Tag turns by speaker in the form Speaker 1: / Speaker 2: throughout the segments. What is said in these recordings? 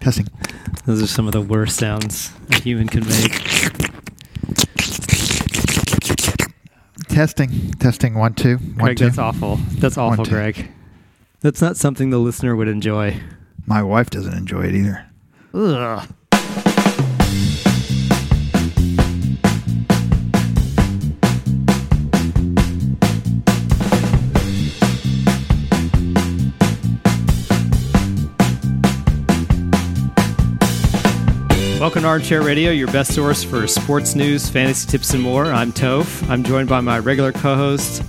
Speaker 1: testing.
Speaker 2: Those are some of the worst sounds a human can make.
Speaker 1: Testing, testing, one, two, one,
Speaker 2: Greg,
Speaker 1: two.
Speaker 2: that's awful. That's
Speaker 1: One,
Speaker 2: awful,
Speaker 1: two.
Speaker 2: Greg. That's not something the listener would enjoy.
Speaker 1: My wife doesn't enjoy it either.
Speaker 2: Ugh. Welcome to Armchair Radio, your best source for sports news, fantasy tips, and more. I'm Toph. I'm joined by my regular co host,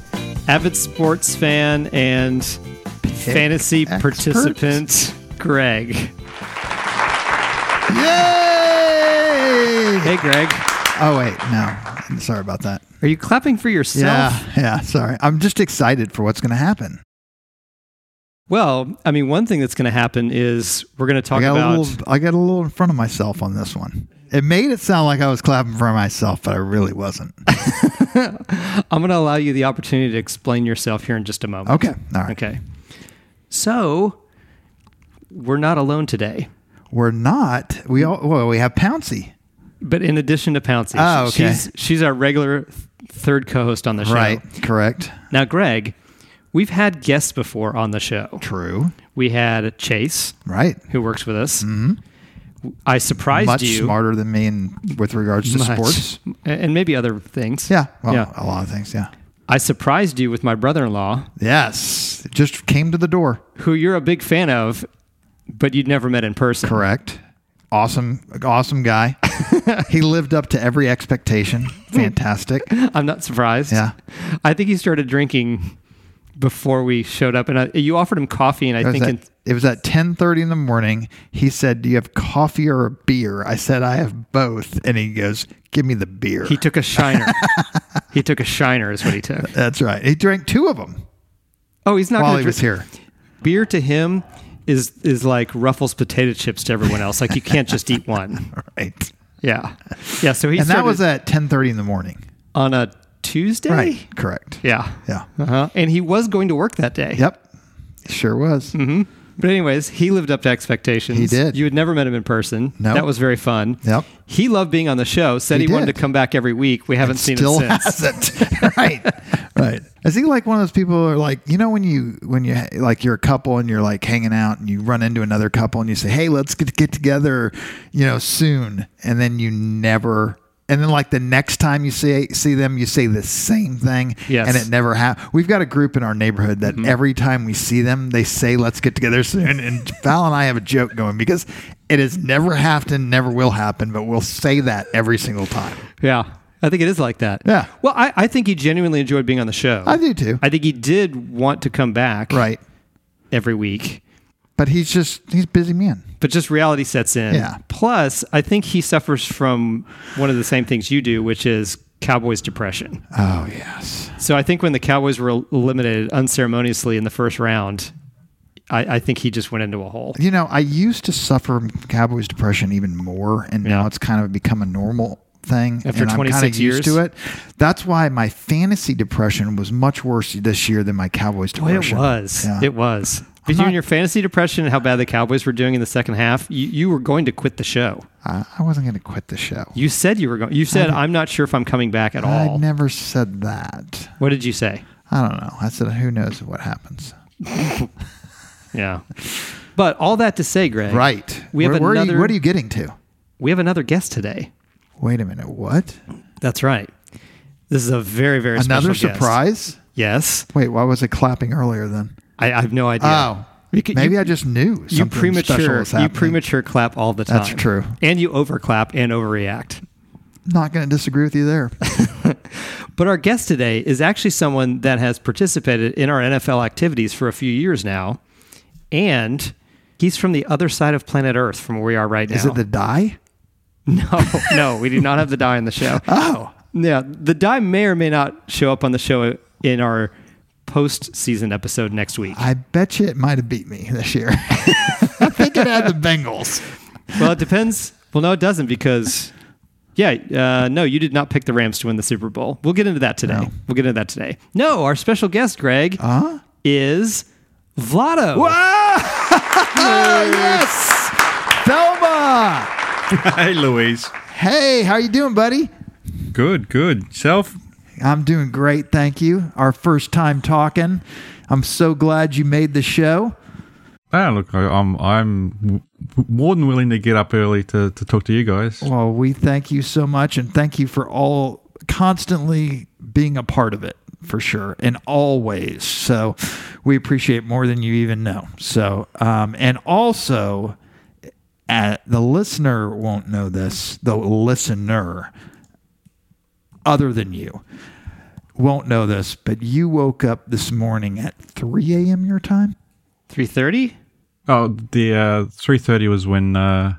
Speaker 2: avid sports fan, and fantasy
Speaker 1: expert?
Speaker 2: participant, Greg.
Speaker 1: Yay!
Speaker 2: Hey, Greg.
Speaker 1: Oh wait, no. Sorry about that.
Speaker 2: Are you clapping for yourself?
Speaker 1: Yeah, yeah. Sorry. I'm just excited for what's going to happen.
Speaker 2: Well, I mean, one thing that's going to happen is we're going to
Speaker 1: I
Speaker 2: talk
Speaker 1: got
Speaker 2: about.
Speaker 1: a little. I got a little in front of myself on this one. It made it sound like I was clapping for myself, but I really wasn't.
Speaker 2: I'm going to allow you the opportunity to explain yourself here in just a moment.
Speaker 1: Okay. All right.
Speaker 2: Okay. So we're not alone today,
Speaker 1: We're not. We all. Well, we have Pouncy.
Speaker 2: but in addition to Pouncy,
Speaker 1: Oh, okay.
Speaker 2: she's she's our regular th- third co-host on the show.
Speaker 1: Right. Correct.
Speaker 2: Now, Greg, we've had guests before on the show.
Speaker 1: True.
Speaker 2: We had Chase,
Speaker 1: Right.
Speaker 2: who works with us. I surprised
Speaker 1: Mm-hmm. Much
Speaker 2: you.
Speaker 1: smarter than me in, with regards to
Speaker 2: Much.
Speaker 1: sports.
Speaker 2: and maybe other things.
Speaker 1: Yeah. Well,
Speaker 2: yeah.
Speaker 1: a lot of things. Yeah.
Speaker 2: I surprised you with my brother-in-law,
Speaker 1: Yes. It just came to the door.
Speaker 2: who you're a big fan of, but you'd never met in person.
Speaker 1: Correct. Awesome. Awesome guy. he lived up to every expectation. Fantastic.
Speaker 2: I'm not surprised.
Speaker 1: Yeah.
Speaker 2: I think he started drinking before we showed up, and I, you offered him coffee, and I
Speaker 1: It was,
Speaker 2: think
Speaker 1: at,
Speaker 2: it-
Speaker 1: it was at 10.30 in the morning. He said, do you have coffee or a beer? I said, I have both. And he goes, give me the beer.
Speaker 2: he took a shiner. he took a shiner, is what he took.
Speaker 1: That's right. He drank two of them
Speaker 2: Oh, he's not
Speaker 1: while
Speaker 2: going
Speaker 1: he
Speaker 2: to
Speaker 1: was here.
Speaker 2: Beer to him is is like Ruffles potato chips to everyone else. Like you can't just eat one.
Speaker 1: Right.
Speaker 2: Yeah, yeah. So he
Speaker 1: And that
Speaker 2: started
Speaker 1: was at 10.30 in the morning.
Speaker 2: on a Tuesday.
Speaker 1: Right. Correct.
Speaker 2: Yeah.
Speaker 1: Yeah.
Speaker 2: Uh-huh. And he was going to work that day.
Speaker 1: Yep. Sure
Speaker 2: Hmm.
Speaker 1: was.
Speaker 2: But anyways, he lived up to expectations.
Speaker 1: He did.
Speaker 2: You had never met him in person.
Speaker 1: No.
Speaker 2: That was very fun.
Speaker 1: Yep.
Speaker 2: He loved being on the show. Said he,
Speaker 1: He
Speaker 2: wanted to
Speaker 1: did.
Speaker 2: come back every week. We haven't seen
Speaker 1: still
Speaker 2: him since.
Speaker 1: hasn't. right, right. Is he like one of those people who are like you know when you when you like you're a couple and you're like hanging out and you run into another couple and you say hey let's get get together you know soon and then you never. And then, like the next time you see see them, you say the same thing,
Speaker 2: Yes. Mm-hmm.
Speaker 1: and it never happens. We've got a group in our neighborhood that every time we see them, they say, "Let's get together soon." And Val and I have a joke going because it has never happened, never will happen, but we'll say that every single time.
Speaker 2: Yeah. I think it is like that.
Speaker 1: Yeah.
Speaker 2: Well, I, I think he genuinely enjoyed being on the show.
Speaker 1: I do too.
Speaker 2: I think he did want to come back
Speaker 1: Right.
Speaker 2: every week.
Speaker 1: But he's just he's a busy man.
Speaker 2: But just reality sets in.
Speaker 1: Yeah.
Speaker 2: Plus, I think he suffers from one of the same things you do, which is Cowboys depression.
Speaker 1: Oh yes.
Speaker 2: So I think when the Cowboys were eliminated unceremoniously in the first round, I, I think he just went into a hole.
Speaker 1: You know, I used to suffer from Cowboys depression even more and now
Speaker 2: Yeah.
Speaker 1: it's kind of become a normal thing
Speaker 2: After
Speaker 1: and I'm kind of
Speaker 2: 26
Speaker 1: used
Speaker 2: years?
Speaker 1: to it. That's why my fantasy depression was much worse this year than my Cowboys
Speaker 2: Boy, it
Speaker 1: depression.
Speaker 2: was.
Speaker 1: Yeah.
Speaker 2: It was. Between
Speaker 1: not-
Speaker 2: your fantasy depression and how bad the Cowboys were doing in the second half, you, you were going to quit the show.
Speaker 1: I, I wasn't going to quit the show.
Speaker 2: You said you were going. You said, I'm not sure if I'm coming back at
Speaker 1: I
Speaker 2: all.
Speaker 1: never said that.
Speaker 2: What did you say?
Speaker 1: I don't know. I said who knows what happens.
Speaker 2: Yeah. But all that to say, Greg,
Speaker 1: Right.
Speaker 2: We have
Speaker 1: where, where Are
Speaker 2: another-
Speaker 1: you, what are you getting to?
Speaker 2: we have another guest today.
Speaker 1: Wait a minute. What?
Speaker 2: That's right. This is a very, very
Speaker 1: Another
Speaker 2: special guest.
Speaker 1: surprise?
Speaker 2: Yes.
Speaker 1: Wait, why was it clapping earlier then?
Speaker 2: I, I have no idea.
Speaker 1: Oh,
Speaker 2: Because
Speaker 1: maybe
Speaker 2: you,
Speaker 1: I just knew.
Speaker 2: you
Speaker 1: something special
Speaker 2: premature
Speaker 1: was
Speaker 2: you
Speaker 1: happening.
Speaker 2: premature clap all the time.
Speaker 1: That's true.
Speaker 2: And you overclap and overreact.
Speaker 1: Not going to disagree with you there.
Speaker 2: But our guest today is actually someone that has participated in our NFL activities for a few years now, and he's from the other side of planet Earth from where we are right now.
Speaker 1: Is it the die?
Speaker 2: no? No, we do not have the die on the show.
Speaker 1: Oh,
Speaker 2: Yeah, the die may or may not show up on the show in our post-season episode next week.
Speaker 1: I bet you it might have beat me this year. I think it had the Bengals.
Speaker 2: Well, it depends. Well, no, it doesn't because, yeah, uh, no, you did not pick the Rams to win the Super Bowl. We'll get into that today. We'll get into that today. No, our special guest, Greg,
Speaker 1: Huh?
Speaker 2: is Vlado.
Speaker 1: Ah, yes. Selma.
Speaker 3: Hi, Louise.
Speaker 1: Hey, how you doing, buddy?
Speaker 3: Good, good. Self?
Speaker 1: I'm doing great, thank you. Our first time talking. I'm so glad you made the show.
Speaker 3: Ah, look, I, I'm I'm w- more than willing to get up early to, to talk to you guys.
Speaker 1: Well, we thank you so much and thank you for all constantly being a part of it for sure in all ways. So we appreciate more than you even know. So, um, and also, uh the listener won't know this, the listener other than you won't know this, but you woke up this morning at 3 a.m. your time.
Speaker 2: 3.30?
Speaker 3: Oh, the uh, three thirty was when uh,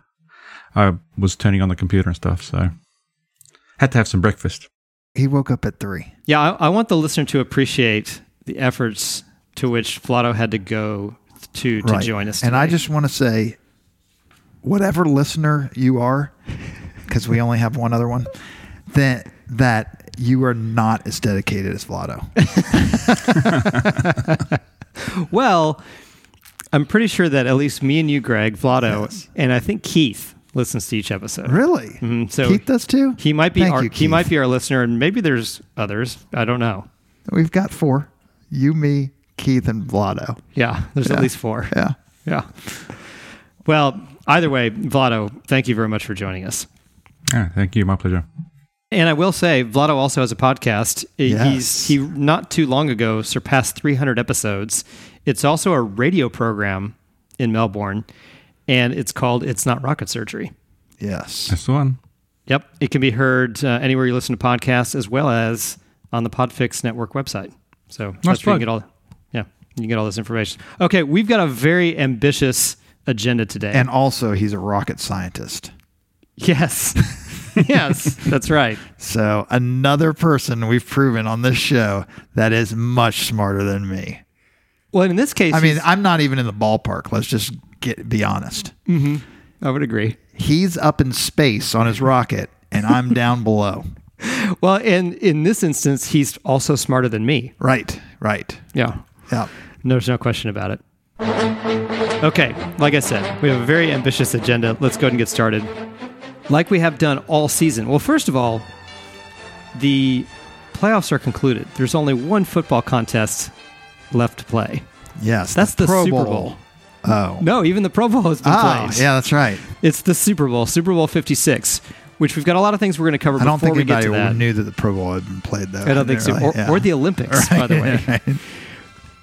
Speaker 3: I was turning on the computer and stuff, so had to have some breakfast.
Speaker 1: He woke up at 3.
Speaker 2: Yeah, I, I want the listener to appreciate the efforts to which Flato had to go to, to join us.
Speaker 1: And I
Speaker 2: today.
Speaker 1: just want to say, whatever listener you are, because we only have one other one, that that you are not as dedicated as Vlado.
Speaker 2: Well, I'm pretty sure that at least me and you, Greg, Vlado, and I think Keith listens to each episode.
Speaker 1: really?
Speaker 2: Mm, so-
Speaker 1: Keith does too.
Speaker 2: He might be
Speaker 1: Thank
Speaker 2: our
Speaker 1: you,
Speaker 2: he might
Speaker 1: Keith.
Speaker 2: be our listener, and maybe there's others. I don't know.
Speaker 1: We've got four: you, me, Keith, and Vlado.
Speaker 2: Yeah, there's at
Speaker 1: Yeah.
Speaker 2: least four.
Speaker 1: Yeah.
Speaker 2: Yeah. Well, either way, Vlado, thank you very much for joining us.
Speaker 3: Yeah, Ah, thank you, my pleasure.
Speaker 2: And I will say, Vlado also has a podcast. He- He's
Speaker 1: Yes.
Speaker 2: he not too long ago surpassed 300 episodes. It's also a radio program in Melbourne, and it's called "It's Not Rocket Surgery."
Speaker 1: Yes.
Speaker 3: That's the one.
Speaker 2: Yep, it can be heard uh, anywhere you listen to podcasts, as well as on the Podfix Network website. So that's where you can
Speaker 3: plug.
Speaker 2: get all. Yeah, you can get all this information. Okay, we've got a very ambitious agenda today.
Speaker 1: And also, he's a rocket scientist.
Speaker 2: yes, yes, that's right.
Speaker 1: So another person we've proven on this show that is much smarter than me.
Speaker 2: Well, in this case,
Speaker 1: I mean,
Speaker 2: he's-
Speaker 1: I'm not even in the ballpark. Let's just get be honest.
Speaker 2: I would agree.
Speaker 1: he's up in space on his rocket and I'm down below.
Speaker 2: Well, and in this instance, he's also smarter than me.
Speaker 1: Right, right.
Speaker 2: Yeah.
Speaker 1: Yeah.
Speaker 2: There's no question about it. Okay, like I said, we have a very ambitious agenda. Let's go ahead and get started. Like we have done all season. Well, first of all, the playoffs are concluded. There's only one football contest left to play.
Speaker 1: Yes.
Speaker 2: That's the Super Bowl.
Speaker 1: Oh.
Speaker 2: No, even the Pro Bowl has been
Speaker 1: Ah,
Speaker 2: played.
Speaker 1: yeah, that's right.
Speaker 2: It's the Super Bowl, Super Bowl 56, which we've got a lot of things we're going to
Speaker 1: I
Speaker 2: cover before
Speaker 1: don't think
Speaker 2: we get
Speaker 1: anybody
Speaker 2: to that.
Speaker 1: knew that the Pro Bowl had been played though.
Speaker 2: I don't think so.
Speaker 1: Really,
Speaker 2: Or,
Speaker 1: yeah.
Speaker 2: or the Olympics, by the way.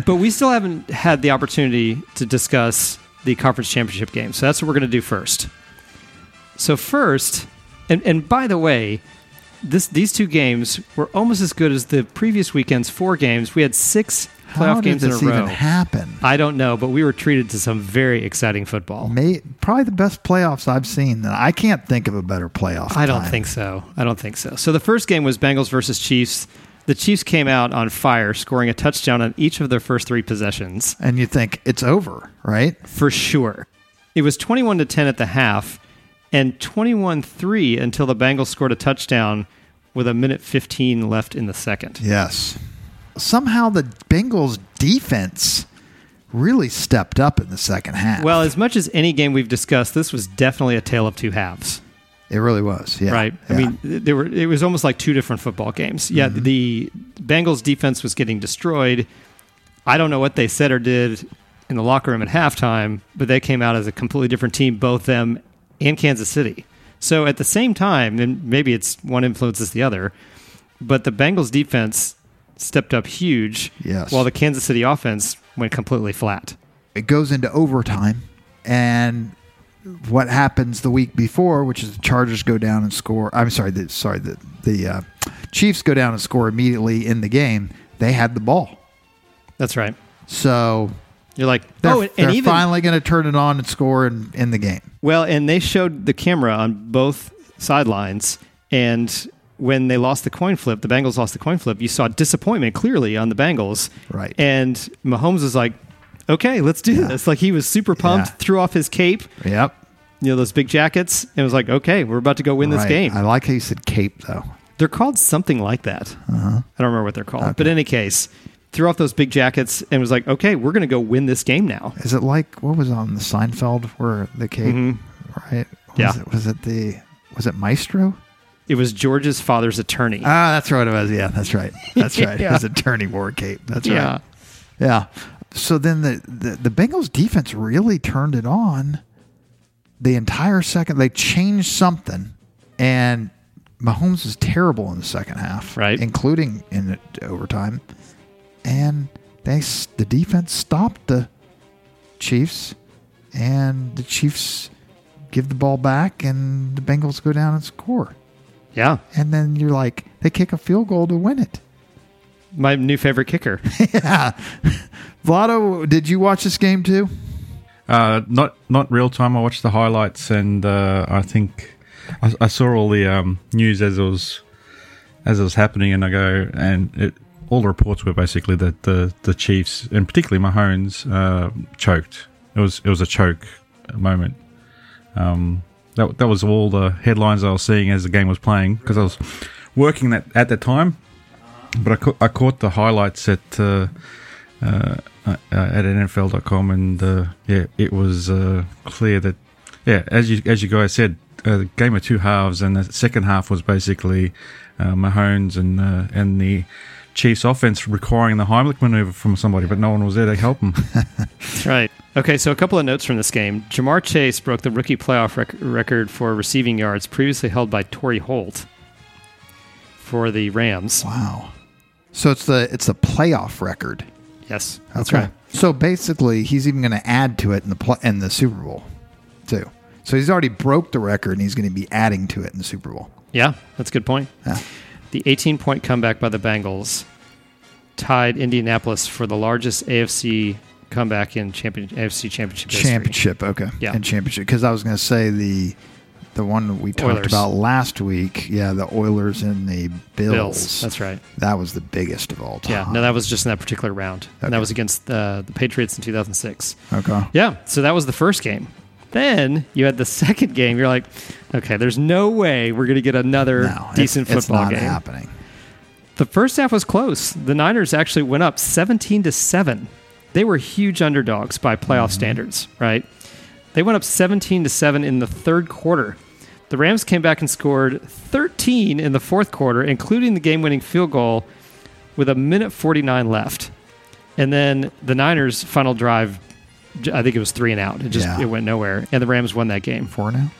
Speaker 2: But we still haven't had the opportunity to discuss the conference championship game. So that's what we're going to do first. So, first, and, and by the way, this, these two games were almost as good as the previous weekend's four games. We had six playoff
Speaker 1: How did
Speaker 2: games
Speaker 1: this
Speaker 2: in a row.
Speaker 1: even happen?
Speaker 2: I don't know, but we were treated to some very exciting football.
Speaker 1: May, probably the best playoffs I've seen. That I can't think of a better playoff.
Speaker 2: I don't
Speaker 1: time.
Speaker 2: think so. I don't think so. So the first game was Bengals versus Chiefs. The Chiefs came out on fire, scoring a touchdown on each of their first three possessions.
Speaker 1: And you think it's over, right?
Speaker 2: for sure. It was 21 to 10 at the half and 21 3 until the Bengals scored a touchdown with a minute 15 left in the second.
Speaker 1: Yes. Somehow the Bengals defense really stepped up in the second half.
Speaker 2: Well, as much as any game we've discussed, this was definitely a tale of two halves,
Speaker 1: it really was. Yeah.
Speaker 2: right? I
Speaker 1: Yeah. Mm-hmm.
Speaker 2: mean, th- there were it was almost like two different football games. Yeah, the Bengals defense was getting destroyed. I don't know what they said or did in the locker room at halftime, but they came out as a completely different team, both them and Kansas City. So at the same time, and maybe it's one influences the other, but the Bengals defense stepped up huge,
Speaker 1: Yes.
Speaker 2: while the Kansas City offense went completely flat.
Speaker 1: it goes into overtime and what happens the week before which is the chargers go down and score i'm sorry the sorry the, the uh, chiefs go down and score immediately in the game they had the ball
Speaker 2: That's right.
Speaker 1: so
Speaker 2: You're like,
Speaker 1: they're,
Speaker 2: oh, and,
Speaker 1: they're
Speaker 2: and even
Speaker 1: finally going to turn it on and score in, in the game
Speaker 2: Well, and they showed the camera on both sidelines, and when they lost the coin flip, the Bengals lost the coin flip. You saw disappointment clearly on the Bengals,
Speaker 1: Right.
Speaker 2: And Mahomes was like, "Okay, let's do this." Like he was super pumped,
Speaker 1: Yeah.
Speaker 2: threw off his cape,
Speaker 1: yep
Speaker 2: you know, those big jackets, and was like, "Okay, we're about to go win this
Speaker 1: Right.
Speaker 2: game."
Speaker 1: i like how you said cape though
Speaker 2: They're called something like that.
Speaker 1: Uh-huh.
Speaker 2: I don't remember what they're called, but in any case, threw off those big jackets and was like, "Okay, we're going to go win this game now."
Speaker 1: is it like what was on the seinfeld where the cape right? Was
Speaker 2: Mm-hmm. Yeah.
Speaker 1: It, was it the was it Maestro?
Speaker 2: It was George's father's attorney.
Speaker 1: Ah, that's what it was. Yeah, that's right. That's right.
Speaker 2: Yeah.
Speaker 1: His attorney wore a cape. That's
Speaker 2: yeah.
Speaker 1: right. Yeah. So then the, the the Bengals defense really turned it on the entire second. They changed something, and Mahomes was terrible in the second half,
Speaker 2: Right.
Speaker 1: Including in the overtime, and they s- the defense stopped the Chiefs, and the Chiefs give the ball back, and the Bengals go down and score.
Speaker 2: Yeah.
Speaker 1: And then you're like, they kick a field goal to win it.
Speaker 2: My new favorite kicker.
Speaker 1: Yeah. Vlado, did you watch this game too?
Speaker 3: Uh, not not real time. I watched the highlights, and uh, I think I, I saw all the um, news as it was as it was happening, and I go and it, all the reports were basically that the the Chiefs and particularly Mahomes uh, choked. It was it was a choke moment. Um, that that was all the headlines I was seeing as the game was playing because I was working that at that time, but I, cau- I caught the highlights at. Uh, uh, at NFL.com, and uh, yeah, it was uh, clear that yeah, as you as you guys said, a game of two halves, and the second half was basically uh, Mahomes and uh, and the Chiefs' offense requiring the Heimlich maneuver from somebody, but no one was there to help them.
Speaker 2: That's right. Okay, so a couple of notes from this game. Jamar Chase broke the rookie playoff rec- record for receiving yards previously held by Torrey Holt for the Rams.
Speaker 1: Wow. So it's the it's the playoff record.
Speaker 2: Yes, that's right.
Speaker 1: So basically, he's even going to add to it in the pl- in the Super Bowl, too. So he's already broke the record, and he's going to be adding to it in the Super Bowl.
Speaker 2: Yeah, that's a good point.
Speaker 1: Yeah.
Speaker 2: The 18 point comeback by the Bengals tied Indianapolis for the largest AFC comeback in champion- AFC championship history.
Speaker 1: Championship, okay,
Speaker 2: Yeah.
Speaker 1: and championship. Because I was going to say the the one we talked
Speaker 2: Oilers.
Speaker 1: about last week. Yeah, the Oilers and the Bills.
Speaker 2: Bills. That's right.
Speaker 1: That was the biggest of all time.
Speaker 2: Yeah, no, that was just in that particular round. And that
Speaker 1: Okay.
Speaker 2: was against uh, the Patriots in 2006.
Speaker 1: okay.
Speaker 2: Yeah, so that was the first game. Then you had the second game. You're like, okay, there's no way we're going to get another
Speaker 1: No,
Speaker 2: decent
Speaker 1: it's, it's
Speaker 2: football
Speaker 1: not
Speaker 2: game.
Speaker 1: happening.
Speaker 2: The first half was close. The Niners actually went up 17 to 7. They were huge underdogs by playoff standards, right? They went up 17 to 7 in the third quarter. The Rams came back and scored 13 in the fourth quarter, including the game-winning field goal with a minute 49 left. And then the Niners final drive j- I think it was 3 and out. It just
Speaker 1: Yeah.
Speaker 2: it went nowhere and the Rams won that game.
Speaker 1: Four now.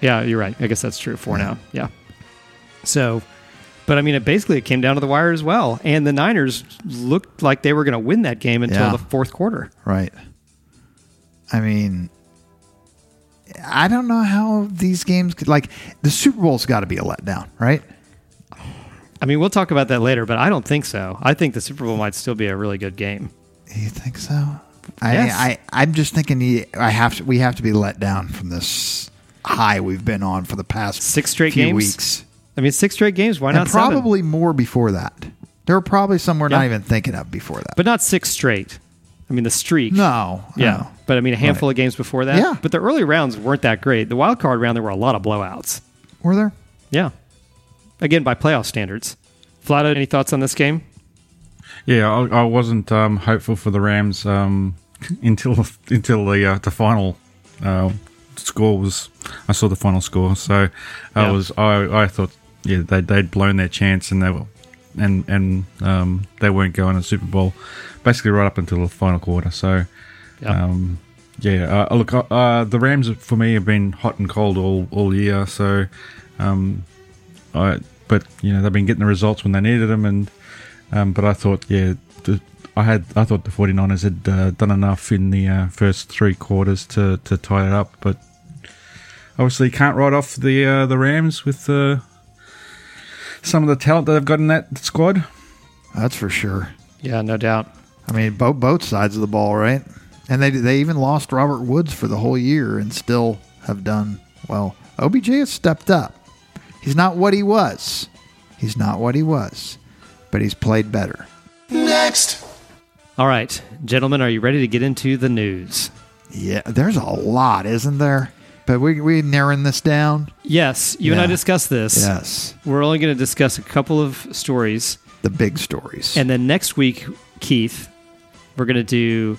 Speaker 2: Yeah, you're right. I guess that's true for
Speaker 1: Yeah.
Speaker 2: now. Yeah. So, but I mean, it basically it came down to the wire as well, and the Niners looked like they were going to win that game until
Speaker 1: Yeah.
Speaker 2: the fourth quarter.
Speaker 1: Right. I mean, I don't know how these games could, like the Super Bowl's got to be a letdown, right?
Speaker 2: I mean, we'll talk about that later, but I don't think so. I think the Super Bowl might still be a really good game.
Speaker 1: You think so? I,
Speaker 2: Yes.
Speaker 1: I, I'm just thinking. you- I have to. We have to be let down from this high we've been on for the past
Speaker 2: Six straight
Speaker 1: few
Speaker 2: games?
Speaker 1: weeks,
Speaker 2: I mean, six straight games. Why
Speaker 1: and
Speaker 2: not seven?
Speaker 1: probably more before that. There were probably some we're
Speaker 2: Yeah.
Speaker 1: not even thinking of before that.
Speaker 2: but not six straight. I mean, the streak.
Speaker 1: no,
Speaker 2: Yeah,
Speaker 1: no.
Speaker 2: but I mean, a handful of games before that.
Speaker 1: Yeah.
Speaker 2: But the early rounds weren't that great. The wild card round, there were a lot of blowouts.
Speaker 1: were there?
Speaker 2: Yeah. Again, by playoff standards. Flat any thoughts on this game?
Speaker 3: yeah, I, I wasn't um, hopeful for the Rams um, until until the uh, the final uh, score was. I saw the final score, so I
Speaker 2: Yeah.
Speaker 3: was I, I thought yeah they they'd blown their chance and they were and and um, they weren't going to the Super Bowl basically right up until the final quarter. So
Speaker 2: Yeah.
Speaker 3: um, yeah, uh, look, uh, uh, the Rams for me have been hot and cold all all year. So, um, I but you know they've been getting the results when they needed them, and um, but I thought yeah, the, I had I thought the 49ers had uh, done enough in the uh, first three quarters to to tie it up, but obviously can't write off the uh, the Rams with uh, some of the talent that they've got in that squad.
Speaker 1: That's for sure.
Speaker 2: Yeah, no doubt.
Speaker 1: I mean, both both sides of the ball, right? And they they even lost Robert Woods for the whole year and still have done well. OBJ has stepped up. He's not what he was. He's not what he was, but he's played better.
Speaker 2: All right, gentlemen, are you ready to get into the news?
Speaker 1: Yeah, there's a lot, isn't there? But we we narrowing this down.
Speaker 2: Yes, you and I
Speaker 1: Yeah.
Speaker 2: discussed this.
Speaker 1: Yes,
Speaker 2: We're only going to discuss a couple of stories.
Speaker 1: the big stories.
Speaker 2: And then next week, Keith, we're going to do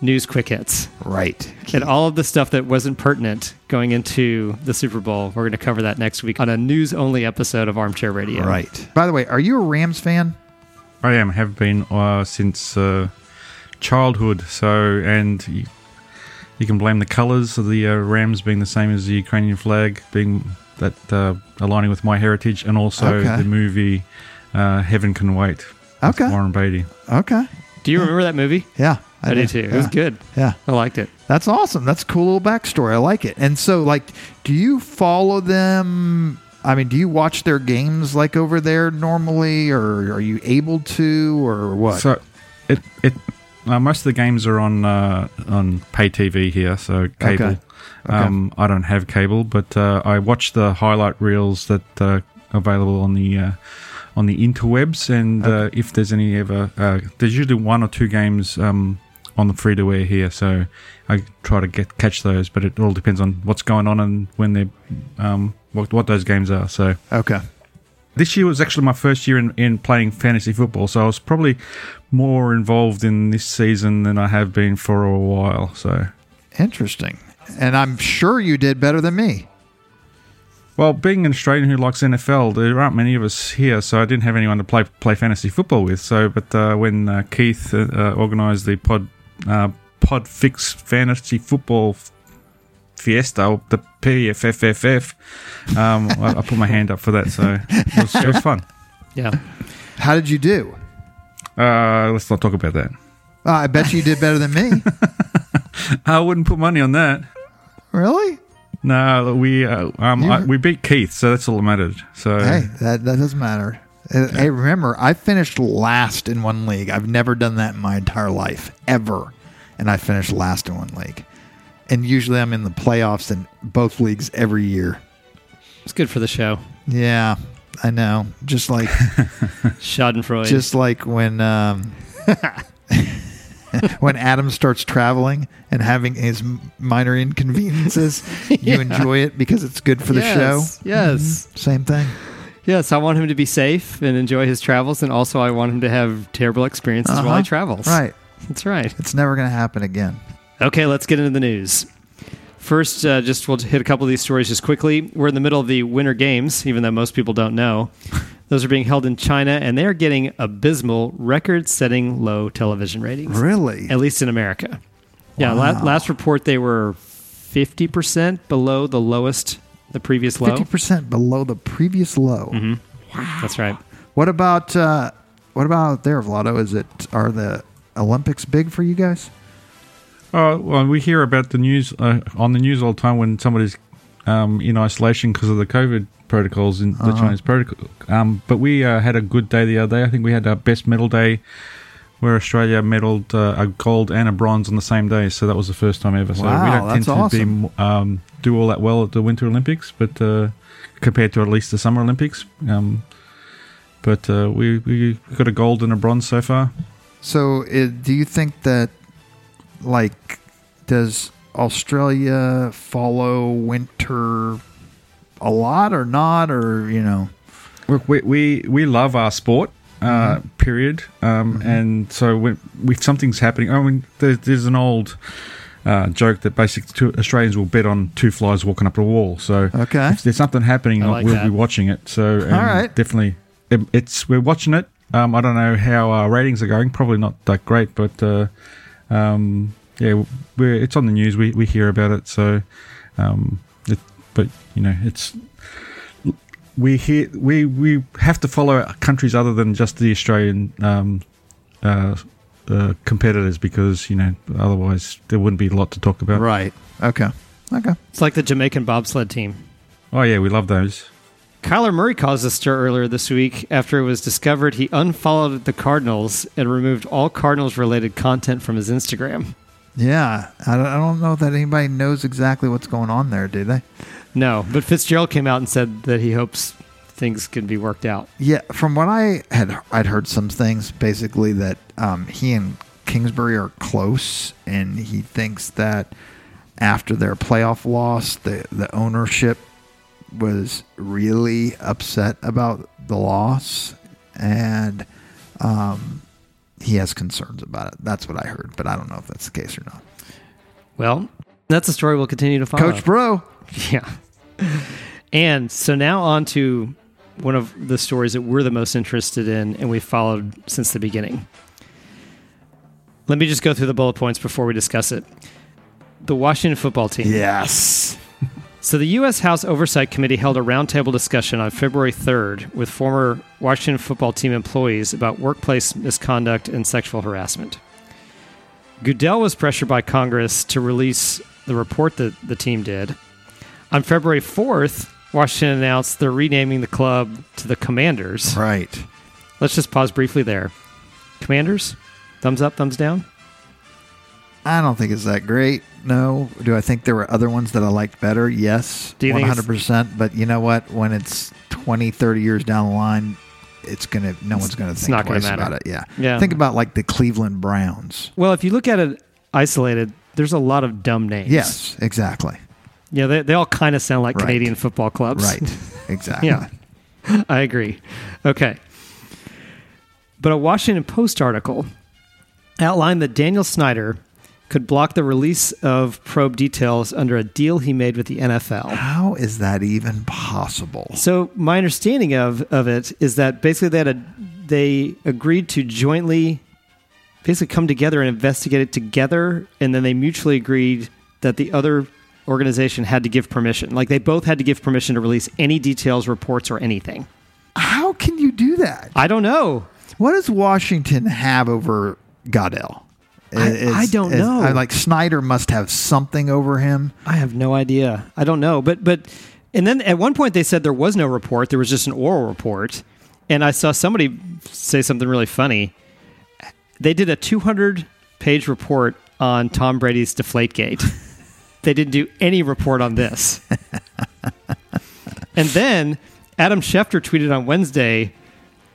Speaker 2: news quick hits.
Speaker 1: Right.
Speaker 2: And all of the stuff that wasn't pertinent going into the Super Bowl, we're going to cover that next week on a news only episode of Armchair Radio.
Speaker 1: Right. By the way, are you a Rams fan?
Speaker 3: I am have been uh, since uh, childhood. So and you, you can blame the colours of the uh, Rams being the same as the Ukrainian flag being that uh, aligning with my heritage, and also
Speaker 1: Okay.
Speaker 3: the movie uh, Heaven Can Wait. with
Speaker 1: Okay.
Speaker 3: Warren Beatty.
Speaker 1: Okay.
Speaker 2: Do you remember that movie?
Speaker 1: Yeah.
Speaker 2: I, do too. It was
Speaker 1: Yeah.
Speaker 2: good.
Speaker 1: Yeah.
Speaker 2: I liked it.
Speaker 1: That's awesome. That's a cool little backstory. I like it. And so, like, do you follow them? I mean, do you watch their games like over there normally, or are you able to, or what?
Speaker 3: So it it uh, most of the games are on uh, on pay TV here, so cable.
Speaker 1: Okay.
Speaker 3: Um, I don't have cable, but uh, I watch the highlight reels that uh, are available on the uh, on the interwebs, and uh, if there's any ever, uh, there's usually one or two games. Um, on the free to air here, so I try to get catch those, but it all depends on what's going on and when they're um, what, what those games are. So
Speaker 1: okay.
Speaker 3: this year was actually my first year in, in playing fantasy football, so I was probably more involved in this season than I have been for a while. So,
Speaker 1: Interesting. And I'm sure you did better than me.
Speaker 3: well, being an Australian who likes NFL, there aren't many of us here, so I didn't have anyone to play play fantasy football with. So, but uh, when uh, Keith uh, uh, organised the pod uh, pod fix fantasy football f- fiesta, or the PFFFF, um, I, I put my hand up for that. So it was, it was fun.
Speaker 2: Yeah.
Speaker 1: How did you do?
Speaker 3: Uh, let's not talk about that.
Speaker 1: Uh, I bet you did better than me.
Speaker 3: I wouldn't put money on that.
Speaker 1: really?
Speaker 3: No, we uh, um, I,
Speaker 1: You-
Speaker 3: we beat Keith, so that's all that mattered. So
Speaker 1: Hey, that, that doesn't matter. Uh, Hey, remember, I finished last in one league. I've never done that in my entire life, ever. And I finished last in one league. And usually I'm in the playoffs in both leagues every year.
Speaker 2: It's good for the show.
Speaker 1: Yeah, I know. Just like
Speaker 2: Schadenfreude.
Speaker 1: just like when um, when Adam starts traveling and having his m- minor inconveniences, you enjoy it because it's good for the
Speaker 2: Yes,
Speaker 1: show. Mm-hmm.
Speaker 2: Yes.
Speaker 1: Same thing.
Speaker 2: Yes. I want him to be safe and enjoy his travels. And also, I want him to have terrible experiences while
Speaker 1: Uh-huh.
Speaker 2: he travels.
Speaker 1: Right.
Speaker 2: That's right.
Speaker 1: It's never going to happen again.
Speaker 2: Okay, let's get into the news. First, uh, just we'll hit a couple of these stories just quickly. We're in the middle of the Winter Games, even though most people don't know. Those are being held in China, and they are getting abysmal, record setting low television ratings,
Speaker 1: Really?
Speaker 2: at least in America. Yeah, la- last report, they were 50% below the lowest, the previous low.
Speaker 1: Fifty percent below the previous low.
Speaker 2: That's right.
Speaker 1: What about uh, what about out there, Vlado? Is it are the Olympics big for you guys?
Speaker 3: uh, well, we hear about the news uh, on the news all the time when somebody's um, in isolation because of the COVID protocols in
Speaker 1: Uh-huh.
Speaker 3: the Chinese protocol. Um, but we uh, had a good day the other day. I think we had our best medal day, where Australia medaled uh, a gold and a bronze on the same day. So that was the first time ever. So we
Speaker 1: Wow,
Speaker 3: don't
Speaker 1: that's
Speaker 3: tend to
Speaker 1: awesome.
Speaker 3: be, um, do all that well at the Winter Olympics, but uh, compared to at least the Summer Olympics. Um, but uh, we we got a gold and a bronze so far.
Speaker 1: So uh do you think that like does Australia follow winter a lot or not or you know?
Speaker 3: Look, we we, we love our sport. Uh, Period. Um, And so when if something's happening, I mean, there's, there's an old uh, joke that basically two Australians will bet on two flies walking up a wall. So
Speaker 1: Okay.
Speaker 3: if there's something happening,
Speaker 2: I like
Speaker 3: we'll
Speaker 2: that.
Speaker 3: be watching it. So um,
Speaker 1: All right.
Speaker 3: definitely, it, it's we're watching it. Um, I don't know how our ratings are going. Probably not that great, but uh, um, yeah, we're, it's on the news. We we hear about it. So, um, it, but you know, it's we hear we we have to follow countries other than just the Australian um, uh, uh, competitors because you know otherwise there wouldn't be a lot to talk about.
Speaker 1: Right. Okay. Okay.
Speaker 2: It's like the Jamaican bobsled team.
Speaker 3: Oh yeah, we love those.
Speaker 2: Kyler Murray caused a stir earlier this week after it was discovered he unfollowed the Cardinals and removed all Cardinals related content from his Instagram.
Speaker 1: Yeah, I don't- I don't know that anybody knows exactly what's going on there, do they?
Speaker 2: No, but Fitzgerald came out and said that he hopes things can be worked out.
Speaker 1: Yeah, from what I had, I'd heard some things basically that um, he and Kingsbury are close, and he thinks that after their playoff loss, the the ownership was really upset about the loss, and um, he has concerns about it. That's what I heard, but I don't know if that's the case or not.
Speaker 2: Well, that's a story we'll continue to follow.
Speaker 1: Coach Bro,
Speaker 2: Yeah. And so now on to one of the stories that we're the most interested in and we've followed since the beginning. Let me just go through the bullet points before we discuss it. The Washington football team.
Speaker 1: yes,
Speaker 2: So the U.S. House Oversight Committee held a roundtable discussion on February 3rd with former Washington football team employees about workplace misconduct and sexual harassment. Goodell was pressured by Congress to release the report that the team did. On February 4th, Washington announced they're renaming the club to the Commanders.
Speaker 1: right.
Speaker 2: Let's just pause briefly there. Commanders? Thumbs up, thumbs down?
Speaker 1: I don't think it's that great. No. Do I think there were other ones that I liked better? Yes.
Speaker 2: Do you think it's-
Speaker 1: 100%. But you know what? When it's 20, 30 years down the line, it's going to, no one's going to think
Speaker 2: not gonna
Speaker 1: twice
Speaker 2: matter.
Speaker 1: about it. Yeah.
Speaker 2: Yeah.
Speaker 1: Think about like the Cleveland Browns.
Speaker 2: Well, if you look at it isolated, there's a lot of dumb names.
Speaker 1: Yes, exactly.
Speaker 2: Yeah, they, they all kind of sound like
Speaker 1: Right.
Speaker 2: Canadian football clubs.
Speaker 1: Right. Exactly.
Speaker 2: yeah, I agree. Okay. But a Washington Post article outlined that Daniel Snyder could block the release of probe details under a deal he made with the NFL.
Speaker 1: How is that even possible?
Speaker 2: So my understanding of, of it is that basically they had a they agreed to jointly basically come together and investigate it together and then they mutually agreed that the other organization had to give permission. Like they both had to give permission to release any details, reports, or anything.
Speaker 1: How can you do that?
Speaker 2: I don't know.
Speaker 1: What does Washington have over Goddell?
Speaker 2: I- I don't know.
Speaker 1: I, like Snyder must have something over him.
Speaker 2: I have no idea. I don't know. But but and then at one point they said there was no report. There was just an oral report. And I saw somebody say something really funny. They did a 200 page report on Tom Brady's Deflategate. they didn't do any report on this. and then Adam Schefter tweeted on Wednesday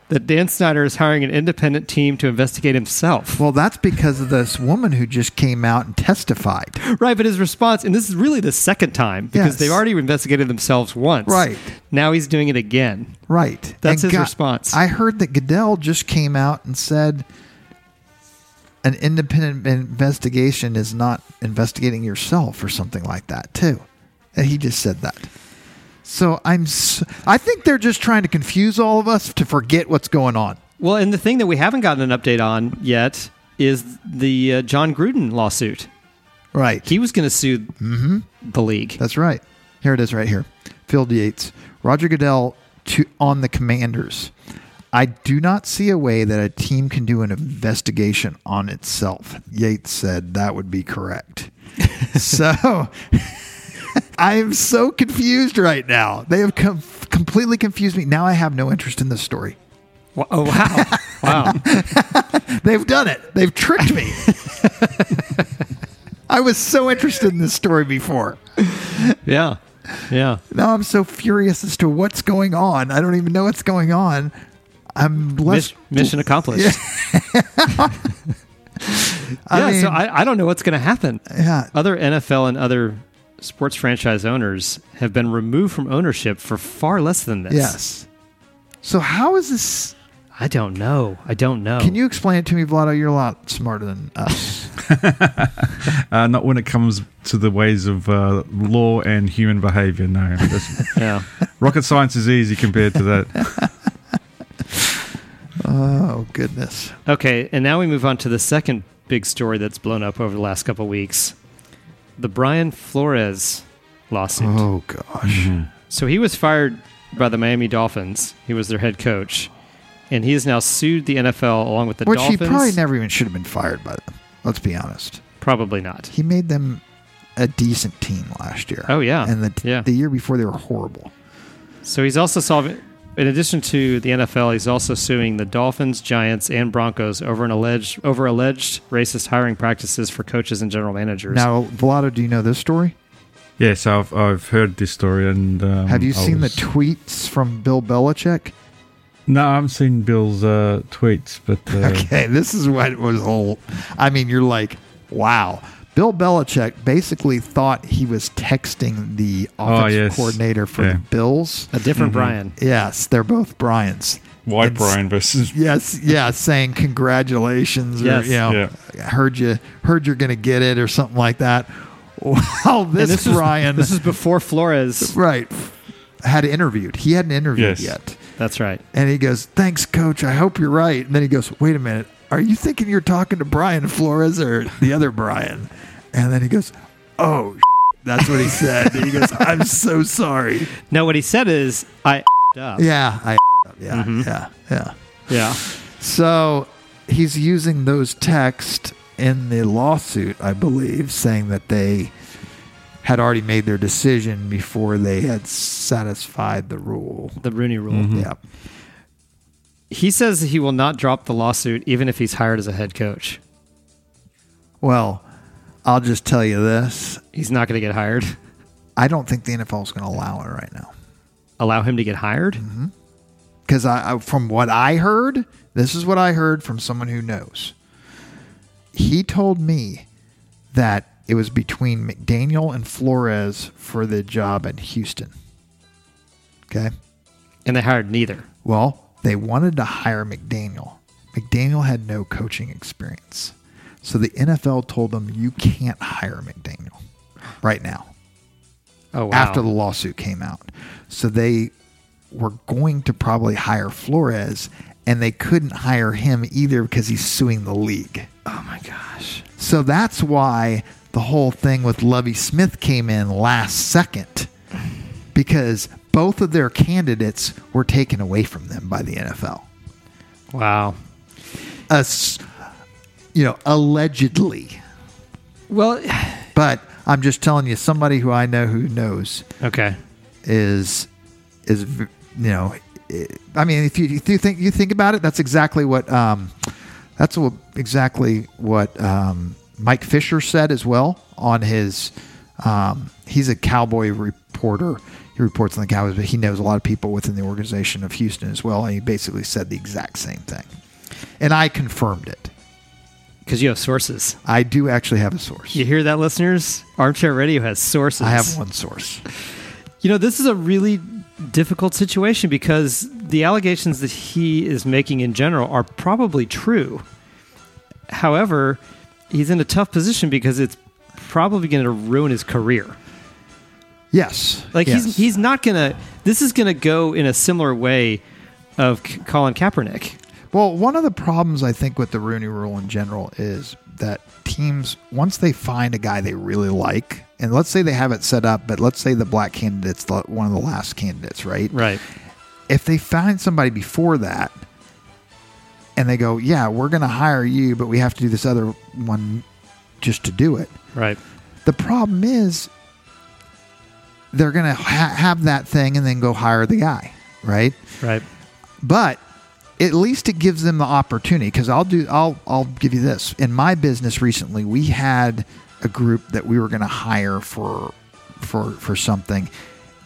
Speaker 2: that Dan Snyder is hiring an independent team to investigate himself.
Speaker 1: Well, that's because of this woman who just came out and testified.
Speaker 2: Right, but his response, and this is really the second time because
Speaker 1: Yes.
Speaker 2: they've already investigated themselves once.
Speaker 1: Right.
Speaker 2: Now he's doing it again.
Speaker 1: Right.
Speaker 2: That's his response.
Speaker 1: I heard that Goodell just came out and said an independent investigation is not investigating yourself or something like that, too. And he just said that. So I'm s I think they're just trying to confuse all of us to forget what's going on.
Speaker 2: Well, and the thing that we haven't gotten an update on yet is the uh, John Gruden lawsuit.
Speaker 1: Right.
Speaker 2: He was going to sue
Speaker 1: Mm-hmm.
Speaker 2: the league.
Speaker 1: That's right. Here it is right here. Phil Yates. Roger Goodell to, on the Commanders. I do not see a way that a team can do an investigation on itself. Yates said that would be correct. so I am so confused right now. They have com- completely confused me. Now I have no interest in this story.
Speaker 2: Wa- Oh, wow. wow.
Speaker 1: They've done it. They've tricked me. I was so interested in this story before.
Speaker 2: Yeah. Yeah.
Speaker 1: Now I'm so furious as to what's going on. I don't even know what's going on. I'm less.
Speaker 2: Mis- mission accomplished.
Speaker 1: I
Speaker 2: yeah,
Speaker 1: mean,
Speaker 2: so I, I don't know what's going to happen.
Speaker 1: Yeah.
Speaker 2: Other NFL and other sports franchise owners have been removed from ownership for far less than this.
Speaker 1: yes. So how is this?
Speaker 2: I don't know. I don't know.
Speaker 1: Can you explain it to me, Vlado? You're a lot smarter than us.
Speaker 3: Uh, not when it comes to the ways of uh, law and human behavior. No, That's-
Speaker 2: Yeah.
Speaker 3: rocket science is easy compared to that.
Speaker 1: oh goodness.
Speaker 2: Okay, and now we move on to the second big story that's blown up over the last couple of weeks the Brian Flores lawsuit.
Speaker 1: Oh gosh.
Speaker 2: So he was fired by the Miami Dolphins, he was their head coach, and he has now sued the NFL along with the
Speaker 1: Which
Speaker 2: Dolphins.
Speaker 1: he probably never even should have been fired by them. Let's be honest.
Speaker 2: Probably not.
Speaker 1: He made them a decent team last year.
Speaker 2: Oh, yeah.
Speaker 1: And the
Speaker 2: Yeah.
Speaker 1: the year before they were horrible.
Speaker 2: So he's also solving, in addition to the NFL, he's also suing the Dolphins, Giants, and Broncos over an alleged over alleged racist hiring practices for coaches and general managers.
Speaker 1: Now, Vlado, do you know this story?
Speaker 3: Yeah, so I've, I've heard this story and um,
Speaker 1: Have you
Speaker 2: Oh,
Speaker 3: I
Speaker 1: seen
Speaker 3: was-
Speaker 1: the tweets from Bill Belichick?
Speaker 3: No, I haven't seen Bill's uh, tweets, but uh,
Speaker 1: Okay, this is what was old. I mean, you're like, wow. Bill Belichick basically thought he was texting
Speaker 2: Oh,
Speaker 1: the offensive
Speaker 3: yes.
Speaker 1: coordinator for
Speaker 3: Yeah.
Speaker 1: the Bills.
Speaker 2: a different Brian.
Speaker 1: Yes, they're both Bryans.
Speaker 3: White
Speaker 1: It's-
Speaker 3: Brian versus
Speaker 1: Yes, yeah, saying congratulations or
Speaker 2: Yes.
Speaker 1: you know, heard you heard you're gonna get it or something like that. Well, this,
Speaker 2: and this
Speaker 1: Brian,
Speaker 2: is this is before Flores.
Speaker 1: right, had interviewed. He hadn't interviewed
Speaker 3: Yes.
Speaker 1: yet,
Speaker 2: That's right.
Speaker 1: and he goes, "Thanks, coach. I hope you're right." And then he goes, "Wait a minute, are you thinking you're talking to Brian Flores or the other Brian?" And then he goes, "Oh." That's what he said. And he goes, "I'm so sorry."
Speaker 2: No, what he said is I up.
Speaker 1: Yeah, I, yeah, yeah, yeah.
Speaker 2: yeah.
Speaker 1: Mm-hmm. So he's using those texts in the lawsuit, I believe, saying that they had already made their decision before they had satisfied the rule.
Speaker 2: The Rooney Rule.
Speaker 1: Yeah.
Speaker 2: He says he will not drop the lawsuit even if he's hired as a head coach.
Speaker 1: Well, I'll just tell you this.
Speaker 2: He's not going to get hired.
Speaker 1: I don't think the NFL is going to allow it right now.
Speaker 2: Allow him to get hired.
Speaker 1: Mm-hmm. Because I, I, from what I heard, this is what I heard from someone who knows. He told me that it was between McDaniel and Flores for the job in Houston. Okay.
Speaker 2: And they hired neither.
Speaker 1: Well, they wanted to hire McDaniel. McDaniel had no coaching experience. So the NFL told them, you can't hire McDaniel right now
Speaker 2: Oh, wow.
Speaker 1: after the lawsuit came out. So they were going to probably hire Flores, and they couldn't hire him either because he's suing the league.
Speaker 2: oh, my gosh.
Speaker 1: So that's why the whole thing with Lovey Smith came in last second because both of their candidates were taken away from them by the NFL.
Speaker 2: Wow.
Speaker 1: Us, you know, allegedly.
Speaker 2: Well,
Speaker 1: But I'm just telling you, somebody who I know who knows
Speaker 2: okay.
Speaker 1: is is v- you know, it- I mean, if you, if you think you think about it, that's exactly what um, that's what exactly what um, Mike Fisher said as well on his. Um, he's a cowboy reporter. He reports on the Cowboys, but he knows a lot of people within the organization of Houston as well. And he basically said the exact same thing, and I confirmed it.
Speaker 2: Because you have sources.
Speaker 1: I do actually have a source.
Speaker 2: You hear that, listeners? Armchair Radio has sources.
Speaker 1: I have one source.
Speaker 2: You know, this is a really difficult situation because the allegations that he is making in general are probably true. However, he's in a tough position because it's probably going to ruin his career.
Speaker 1: Yes,
Speaker 2: Like
Speaker 1: Yes.
Speaker 2: he's he's not going to this is going to go in a similar way of K- Colin Kaepernick.
Speaker 1: Well, one of the problems I think with the Rooney Rule in general is that teams, once they find a guy they really like, and let's say they have it set up, but let's say the black candidate's the, one of the last candidates, right?
Speaker 2: Right.
Speaker 1: If they find somebody before that, and they go, "Yeah, we're going to hire you, but we have to do this other one just to do it."
Speaker 2: Right.
Speaker 1: The problem is they're going to ha- have that thing and then go hire the guy, right?
Speaker 2: Right.
Speaker 1: but at least it gives them the opportunity because i'll do i'll i'll give you this in my business recently we had a group that we were going to hire for for for something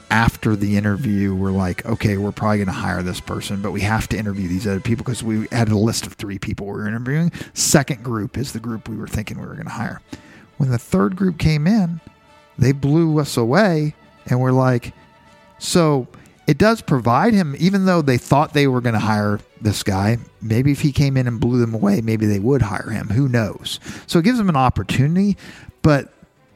Speaker 1: after the interview we're like okay we're probably going to hire this person but we have to interview these other people because we had a list of three people we were interviewing second group is the group we were thinking we were going to hire when the third group came in they blew us away and we're like so it does provide him, even though they thought they were going to hire this guy, maybe if he came in and blew them away, maybe they would hire him. Who knows? So it gives him an opportunity, but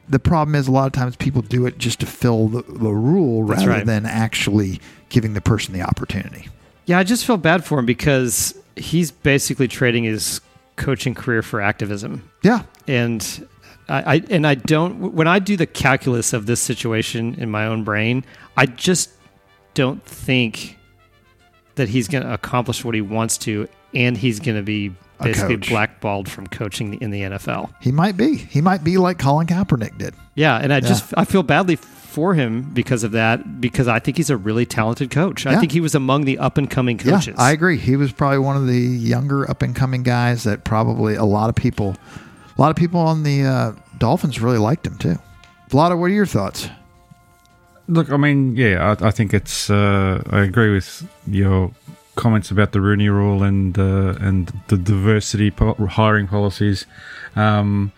Speaker 1: the problem is a lot of times people do it just to fill the, the rule
Speaker 2: That's
Speaker 1: rather
Speaker 2: right.
Speaker 1: than actually giving the person the opportunity.
Speaker 2: Yeah, I just feel bad for him because he's basically trading his coaching career for activism.
Speaker 1: Yeah.
Speaker 2: and I, I and I don't when I do the calculus of this situation in my own brain, I just don't think that he's going to accomplish what he wants to, and he's going to be
Speaker 1: A
Speaker 2: basically
Speaker 1: coach.
Speaker 2: blackballed from coaching in the NFL.
Speaker 1: He might be. He might be like Colin Kaepernick did.
Speaker 2: Yeah, and I just I feel badly for him because of that because I think he's a really talented coach. I
Speaker 1: Yeah.
Speaker 2: think he was among the up and coming coaches.
Speaker 1: Yeah, I agree. He was probably one of the younger up and coming guys that probably a lot of people, a lot of people on the uh, Dolphins really liked him too. Vlada, what are your thoughts?
Speaker 3: Look, I mean, yeah, I, I think it's. Uh, I agree with your comments about the Rooney Rule and uh, and the diversity po- hiring policies, um,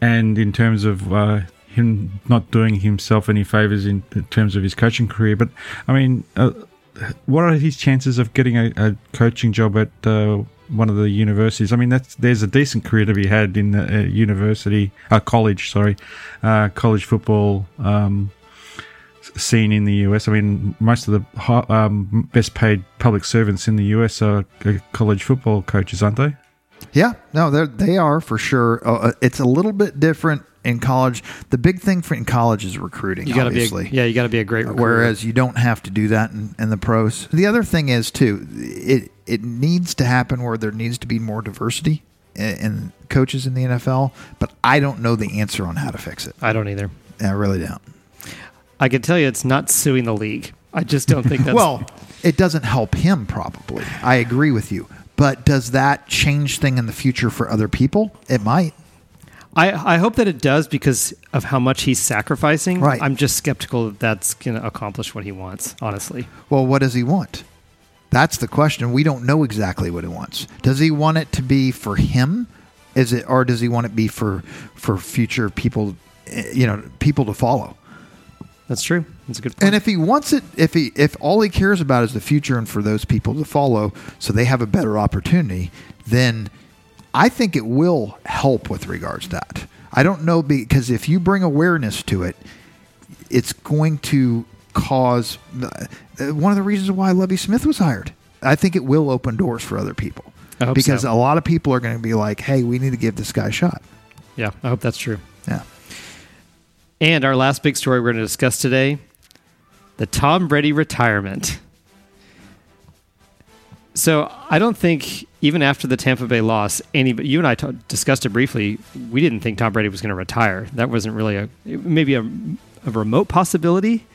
Speaker 3: and in terms of uh, him not doing himself any favors in terms of his coaching career. But I mean, uh, what are his chances of getting a, a coaching job at uh, one of the universities? I mean, that's there's a decent career to be had in the uh, university, uh, college, sorry, uh, college football um, s- scene in the US. I mean, most of the hi- um, best paid public servants in the US are uh, college football coaches, aren't they?
Speaker 1: Yeah, no, they're, they are for sure. Uh, it's a little bit different in college. The big thing for in college is recruiting.
Speaker 2: You gotta
Speaker 1: obviously.
Speaker 2: be, a, yeah, you got to be a great recruiter.
Speaker 1: Whereas you don't have to do that in, in the pros. The other thing is too, it it needs to happen where there needs to be more diversity in, in coaches in the NFL. But I don't know the answer on how to fix it.
Speaker 2: I don't either.
Speaker 1: I really don't.
Speaker 2: I can tell you, it's not suing the league. I just don't think that's
Speaker 1: well, it doesn't help him probably. I agree with you. But does that change thing in the future for other people? It might.
Speaker 2: I, I hope that it does because of how much he's sacrificing.
Speaker 1: Right.
Speaker 2: I'm just skeptical that that's going to accomplish what he wants, honestly.
Speaker 1: Well, what does he want? That's the question. We don't know exactly what he wants. Does he want it to be for him? Is it or does he want it be for for future people eh, you know, people to follow?
Speaker 2: That's true. That's a good point.
Speaker 1: And if he wants it if he if all he cares about is the future and for those people to follow so they have a better opportunity, then I think it will help with regards to that. I don't know because if you bring awareness to it, it's going to cause uh, one of the reasons why Levy Smith was hired. I think it will open doors for other people
Speaker 2: I hope
Speaker 1: because
Speaker 2: so.
Speaker 1: a lot of people are going to be like, "Hey, we need to give this guy a shot."
Speaker 2: yeah, I hope that's true.
Speaker 1: Yeah.
Speaker 2: And our last big story we're going to discuss today the Tom Brady retirement. So I don't think, even after the Tampa Bay loss, any you and I ta discussed it briefly. We didn't think Tom Brady was going to retire. That wasn't really a maybe a, a remote possibility.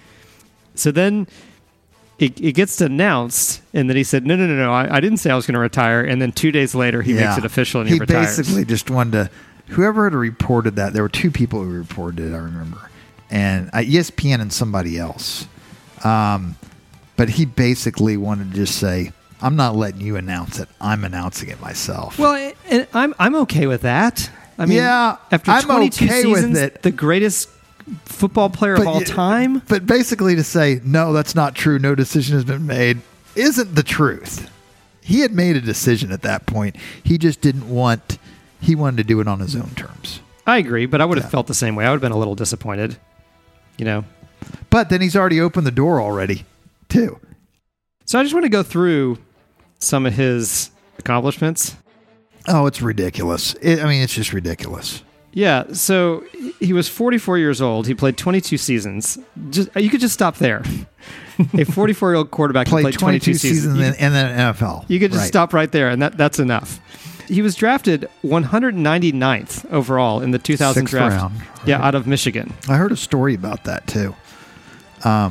Speaker 2: So then it, it gets announced, and then he said, "No, no, no, no! I, I didn't say I was going to retire." And then two days later, he makes
Speaker 1: Yeah.
Speaker 2: it official and he,
Speaker 1: he
Speaker 2: retires.
Speaker 1: basically just wanted to. Whoever had reported that, there were two people who reported it. I remember, and uh, ESPN and somebody else. Um, but he basically wanted to just say, "I'm not letting you announce it. I'm announcing it myself."
Speaker 2: Well, and- and I'm I'm okay with that. I mean,
Speaker 1: Yeah,
Speaker 2: after
Speaker 1: I'm
Speaker 2: 22
Speaker 1: okay with
Speaker 2: seasons,
Speaker 1: it.
Speaker 2: the greatest football player of
Speaker 1: But
Speaker 2: all
Speaker 1: you-
Speaker 2: time.
Speaker 1: But basically, to say, no, that's not true, no decision has been made, isn't the truth. He had made a decision at that point. He just didn't want, he wanted to do it on his own terms.
Speaker 2: I agree, but I would have
Speaker 1: Yeah.
Speaker 2: felt the same way. I would have been a little disappointed. You know.
Speaker 1: But then he's already opened the door already, too.
Speaker 2: So I just want to go through some of his accomplishments.
Speaker 1: Oh, it's ridiculous. It, I mean, it's just ridiculous.
Speaker 2: Yeah, so he was 44 years old. He played 22 seasons. Just you could just stop there. A 44-year-old quarterback who
Speaker 1: Played,
Speaker 2: played
Speaker 1: 22 seasons
Speaker 2: You
Speaker 1: in, in the NFL.
Speaker 2: You could just
Speaker 1: Right.
Speaker 2: stop right there, and that, that's enough. He was drafted 199th overall in the 2000
Speaker 1: Sixth
Speaker 2: draft.
Speaker 1: round.
Speaker 2: Yeah, out of Michigan.
Speaker 1: I heard a story about that, too. Um,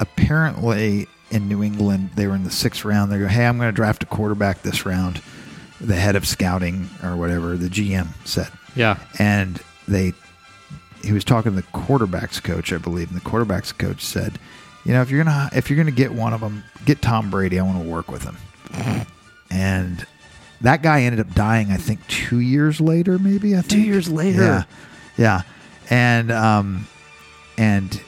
Speaker 1: apparently, in New England, they were in the sixth round. They go, hey, I'm going to draft a quarterback this round. The head of scouting or whatever, the GM said.
Speaker 2: Yeah,
Speaker 1: and they he was talking to the quarterbacks coach i believe and the quarterbacks coach said you know if you're gonna if you're gonna get one of them get tom brady i want to work with him and that guy ended up dying i think two years later maybe i think
Speaker 2: Two years later.
Speaker 1: yeah yeah and um and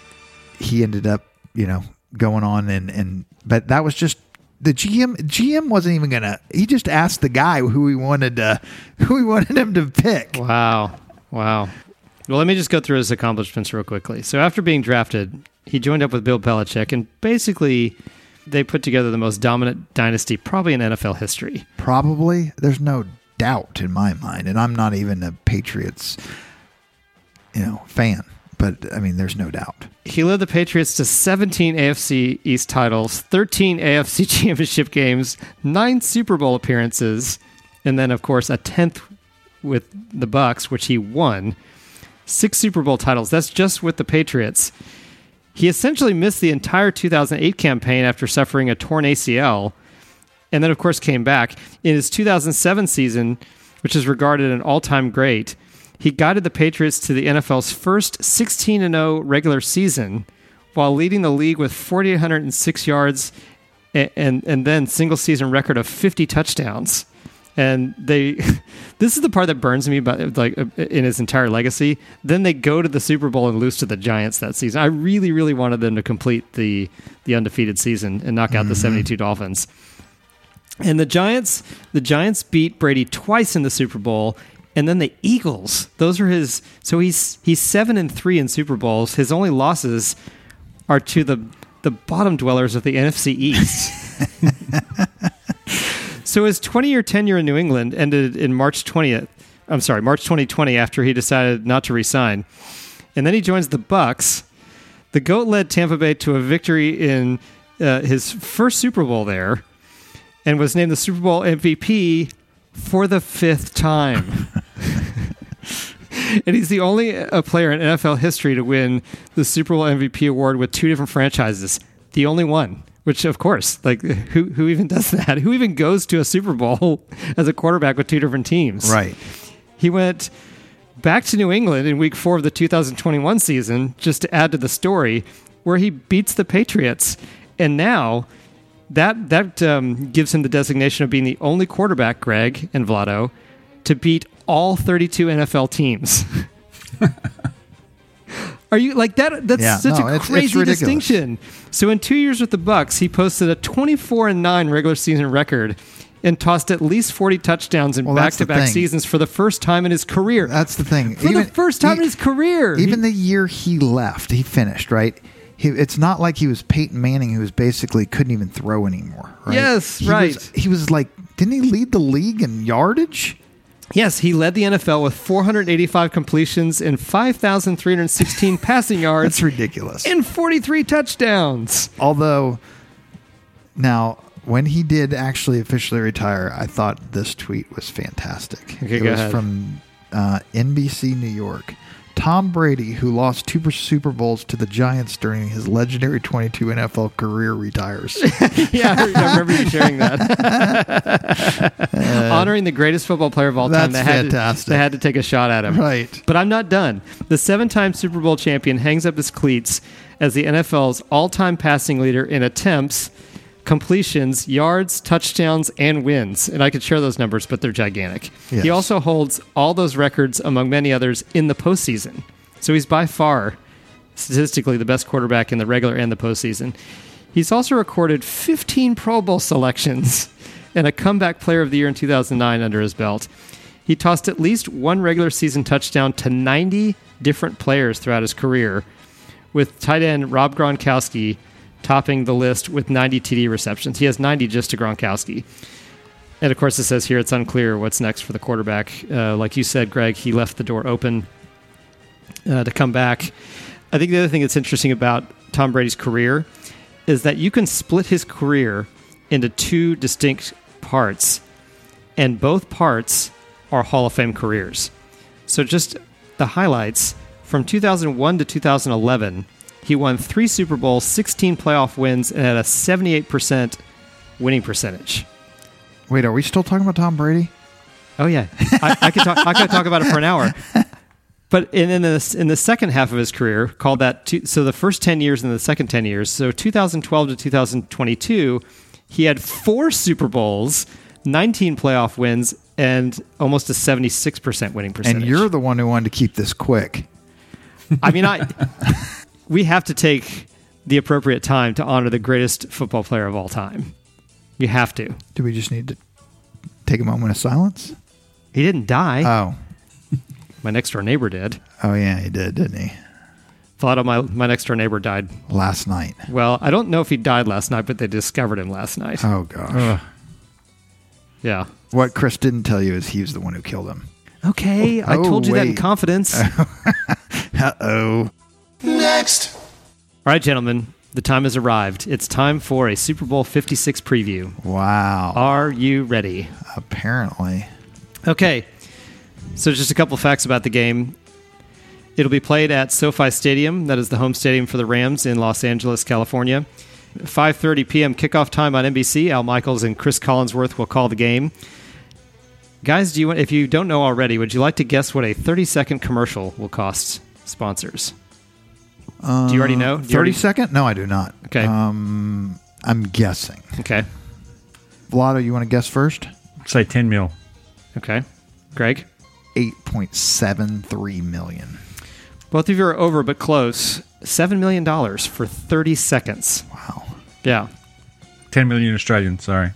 Speaker 1: he ended up you know going on and and but that was just the GM GM wasn't even gonna. He just asked the guy who he wanted to, who he wanted him to pick.
Speaker 2: Wow. Wow. Well, let me just go through his accomplishments real quickly. So, after being drafted, he joined up with Bill Belichick, and basically, they put together the most dominant dynasty probably in NFL history.
Speaker 1: Probably. There's no doubt in my mind, and I'm not even a Patriots, you know, fan. But I mean, there's no doubt.
Speaker 2: He led the Patriots to 17 AFC East titles, 13 AFC championship games, nine Super Bowl appearances, and then, of course, a 10th with the Bucks, which he won. Six Super Bowl titles. That's just with the Patriots. He essentially missed the entire 2008 campaign after suffering a torn ACL, and then, of course, came back. In his 2007 season, which is regarded an all time great, he guided the Patriots to the NFL's first 16 0 regular season while leading the league with 4,806 yards and, and, and then single season record of 50 touchdowns. and they this is the part that burns me about like uh, in his entire legacy then they go to the super bowl and lose to the giants that season i really really wanted them to complete the the undefeated season and knock out the 72 dolphins and the giants the giants beat brady twice in the super bowl and then the eagles those are his so he's he's seven and three in super bowls his only losses are to the the bottom dwellers of the nfc east so his 20 year tenure in New England ended in March 20th. I'm sorry, March 2020 after he decided not to resign. And then he joins the Bucks. The GOAT led Tampa Bay to a victory in uh, his first Super Bowl there and was named the Super Bowl MVP for the fifth time. and he's the only uh, player in NFL history to win the Super Bowl MVP award with two different franchises. The only one, which of course, like who who even does that? Who even goes to a Super Bowl as a quarterback with two different teams?
Speaker 1: Right.
Speaker 2: He went back to New England in week 4 of the 2021 season just to add to the story where he beats the Patriots. And now that that um, gives him the designation of being the only quarterback, Greg and Vlado, to beat all 32 NFL teams. Are you like that? That's
Speaker 1: Yeah,
Speaker 2: such
Speaker 1: no,
Speaker 2: a
Speaker 1: it's- it's
Speaker 2: crazy
Speaker 1: ridiculous.
Speaker 2: distinction. So in two years with the Bucks, he posted a 24 and nine regular season record and tossed at least 40 touchdowns in
Speaker 1: Well, that's the
Speaker 2: back-to-back
Speaker 1: thing.
Speaker 2: seasons for the first time in his career.
Speaker 1: That's the thing.
Speaker 2: for the first time in his career.
Speaker 1: Even the year he left, he finished right. He, it's not like he was Peyton Manning, who was basically couldn't even throw anymore. Right?
Speaker 2: Yes,
Speaker 1: He
Speaker 2: right.
Speaker 1: was- he was like, didn't he lead the league in yardage?
Speaker 2: yes, he led the NFL with 485 completions and 5,316 passing yards
Speaker 1: That's ridiculous.
Speaker 2: and 43 touchdowns.
Speaker 1: Although, now when he did actually officially retire, I thought this tweet was fantastic.
Speaker 2: Okay,
Speaker 1: it
Speaker 2: go
Speaker 1: was
Speaker 2: ahead.
Speaker 1: from uh, NBC New York. Tom Brady, who lost two Super Bowls to the Giants during his legendary 22 NFL career, retires.
Speaker 2: yeah, I re- I remember you sharing that. Honoring the greatest football player of all
Speaker 1: That's
Speaker 2: time. they had To,
Speaker 1: fantastic.
Speaker 2: they had to take a shot at him.
Speaker 1: Right.
Speaker 2: But I'm not done. The seven time Super Bowl champion hangs up his cleats as the NFL's all time passing leader in attempts, completions, yards, touchdowns, and wins. And I could share those numbers, but they're gigantic.
Speaker 1: Yes.
Speaker 2: He also holds all those records, among many others, in the postseason. So he's by far statistically the best quarterback in the regular and the postseason. He's also recorded 15 Pro Bowl selections and a comeback player of the year in 2009 under his belt. He tossed at least one regular season touchdown to 90 different players throughout his career, with tight end Rob Gronkowski topping the list with 90 TD receptions. He has 90 just to Gronkowski. And of course, it says here it's unclear what's next for the quarterback. Uh, like you said, Greg, he left the door open uh, to come back. I think the other thing that's interesting about Tom Brady's career is that you can split his career into two distinct parts, and both parts are Hall of Fame careers. So, just the highlights from 2001 to 2011, he won three Super Bowls, 16 playoff wins, and had a 78% winning percentage.
Speaker 1: Wait, are we still talking about Tom Brady?
Speaker 2: Oh yeah, I, I could talk. I could talk about it for an hour. But in, in the in the second half of his career, called that two, so the first ten years and the second ten years, so 2012 to 2022, he had four Super Bowls, 19 playoff wins, and almost a 76 percent winning percentage.
Speaker 1: And you're the one who wanted to keep this quick.
Speaker 2: I mean, I we have to take the appropriate time to honor the greatest football player of all time. You have to.
Speaker 1: Do we just need to take a moment of silence?
Speaker 2: He didn't die.
Speaker 1: Oh,
Speaker 2: my next door neighbor did.
Speaker 1: oh yeah, he did, didn't he?
Speaker 2: Thought my my next door neighbor died
Speaker 1: Last night.
Speaker 2: Well, I don't know if he died last night, but they discovered him last night.
Speaker 1: Oh gosh.
Speaker 2: Yeah.
Speaker 1: What Chris didn't tell you is he was the one who killed him.
Speaker 2: Okay, I
Speaker 1: oh,
Speaker 2: told you that in
Speaker 1: wait.
Speaker 2: confidence. All
Speaker 1: Uh oh.
Speaker 2: right, gentlemen, the time has arrived. It's time for a Super Bowl 56 preview.
Speaker 1: Wow.
Speaker 2: Are you ready?
Speaker 1: Apparently.
Speaker 2: Okay. So, just a couple facts about the game. It'll be played at SoFi Stadium, that is the home stadium for the Rams in Los Angeles, California. 5:30 p.m. kickoff time on NBC. Al Michaels and Chris Collinsworth will call the game. Guys, do you want, if you don't know already, would you like to guess what a 30-second commercial will cost sponsors? do you already know? Do you
Speaker 1: Thirty
Speaker 2: already-
Speaker 1: second? No, I do not.
Speaker 2: Okay.
Speaker 1: Um, I'm guessing.
Speaker 2: Okay.
Speaker 1: Vlado, you want to guess first?
Speaker 3: Say 10 mil.
Speaker 2: Okay. Greg?
Speaker 1: 8.73 million.
Speaker 2: Both of you are over but close. $7 million for 30 seconds.
Speaker 1: Wow.
Speaker 2: Yeah.
Speaker 3: 10 million Australian, sorry.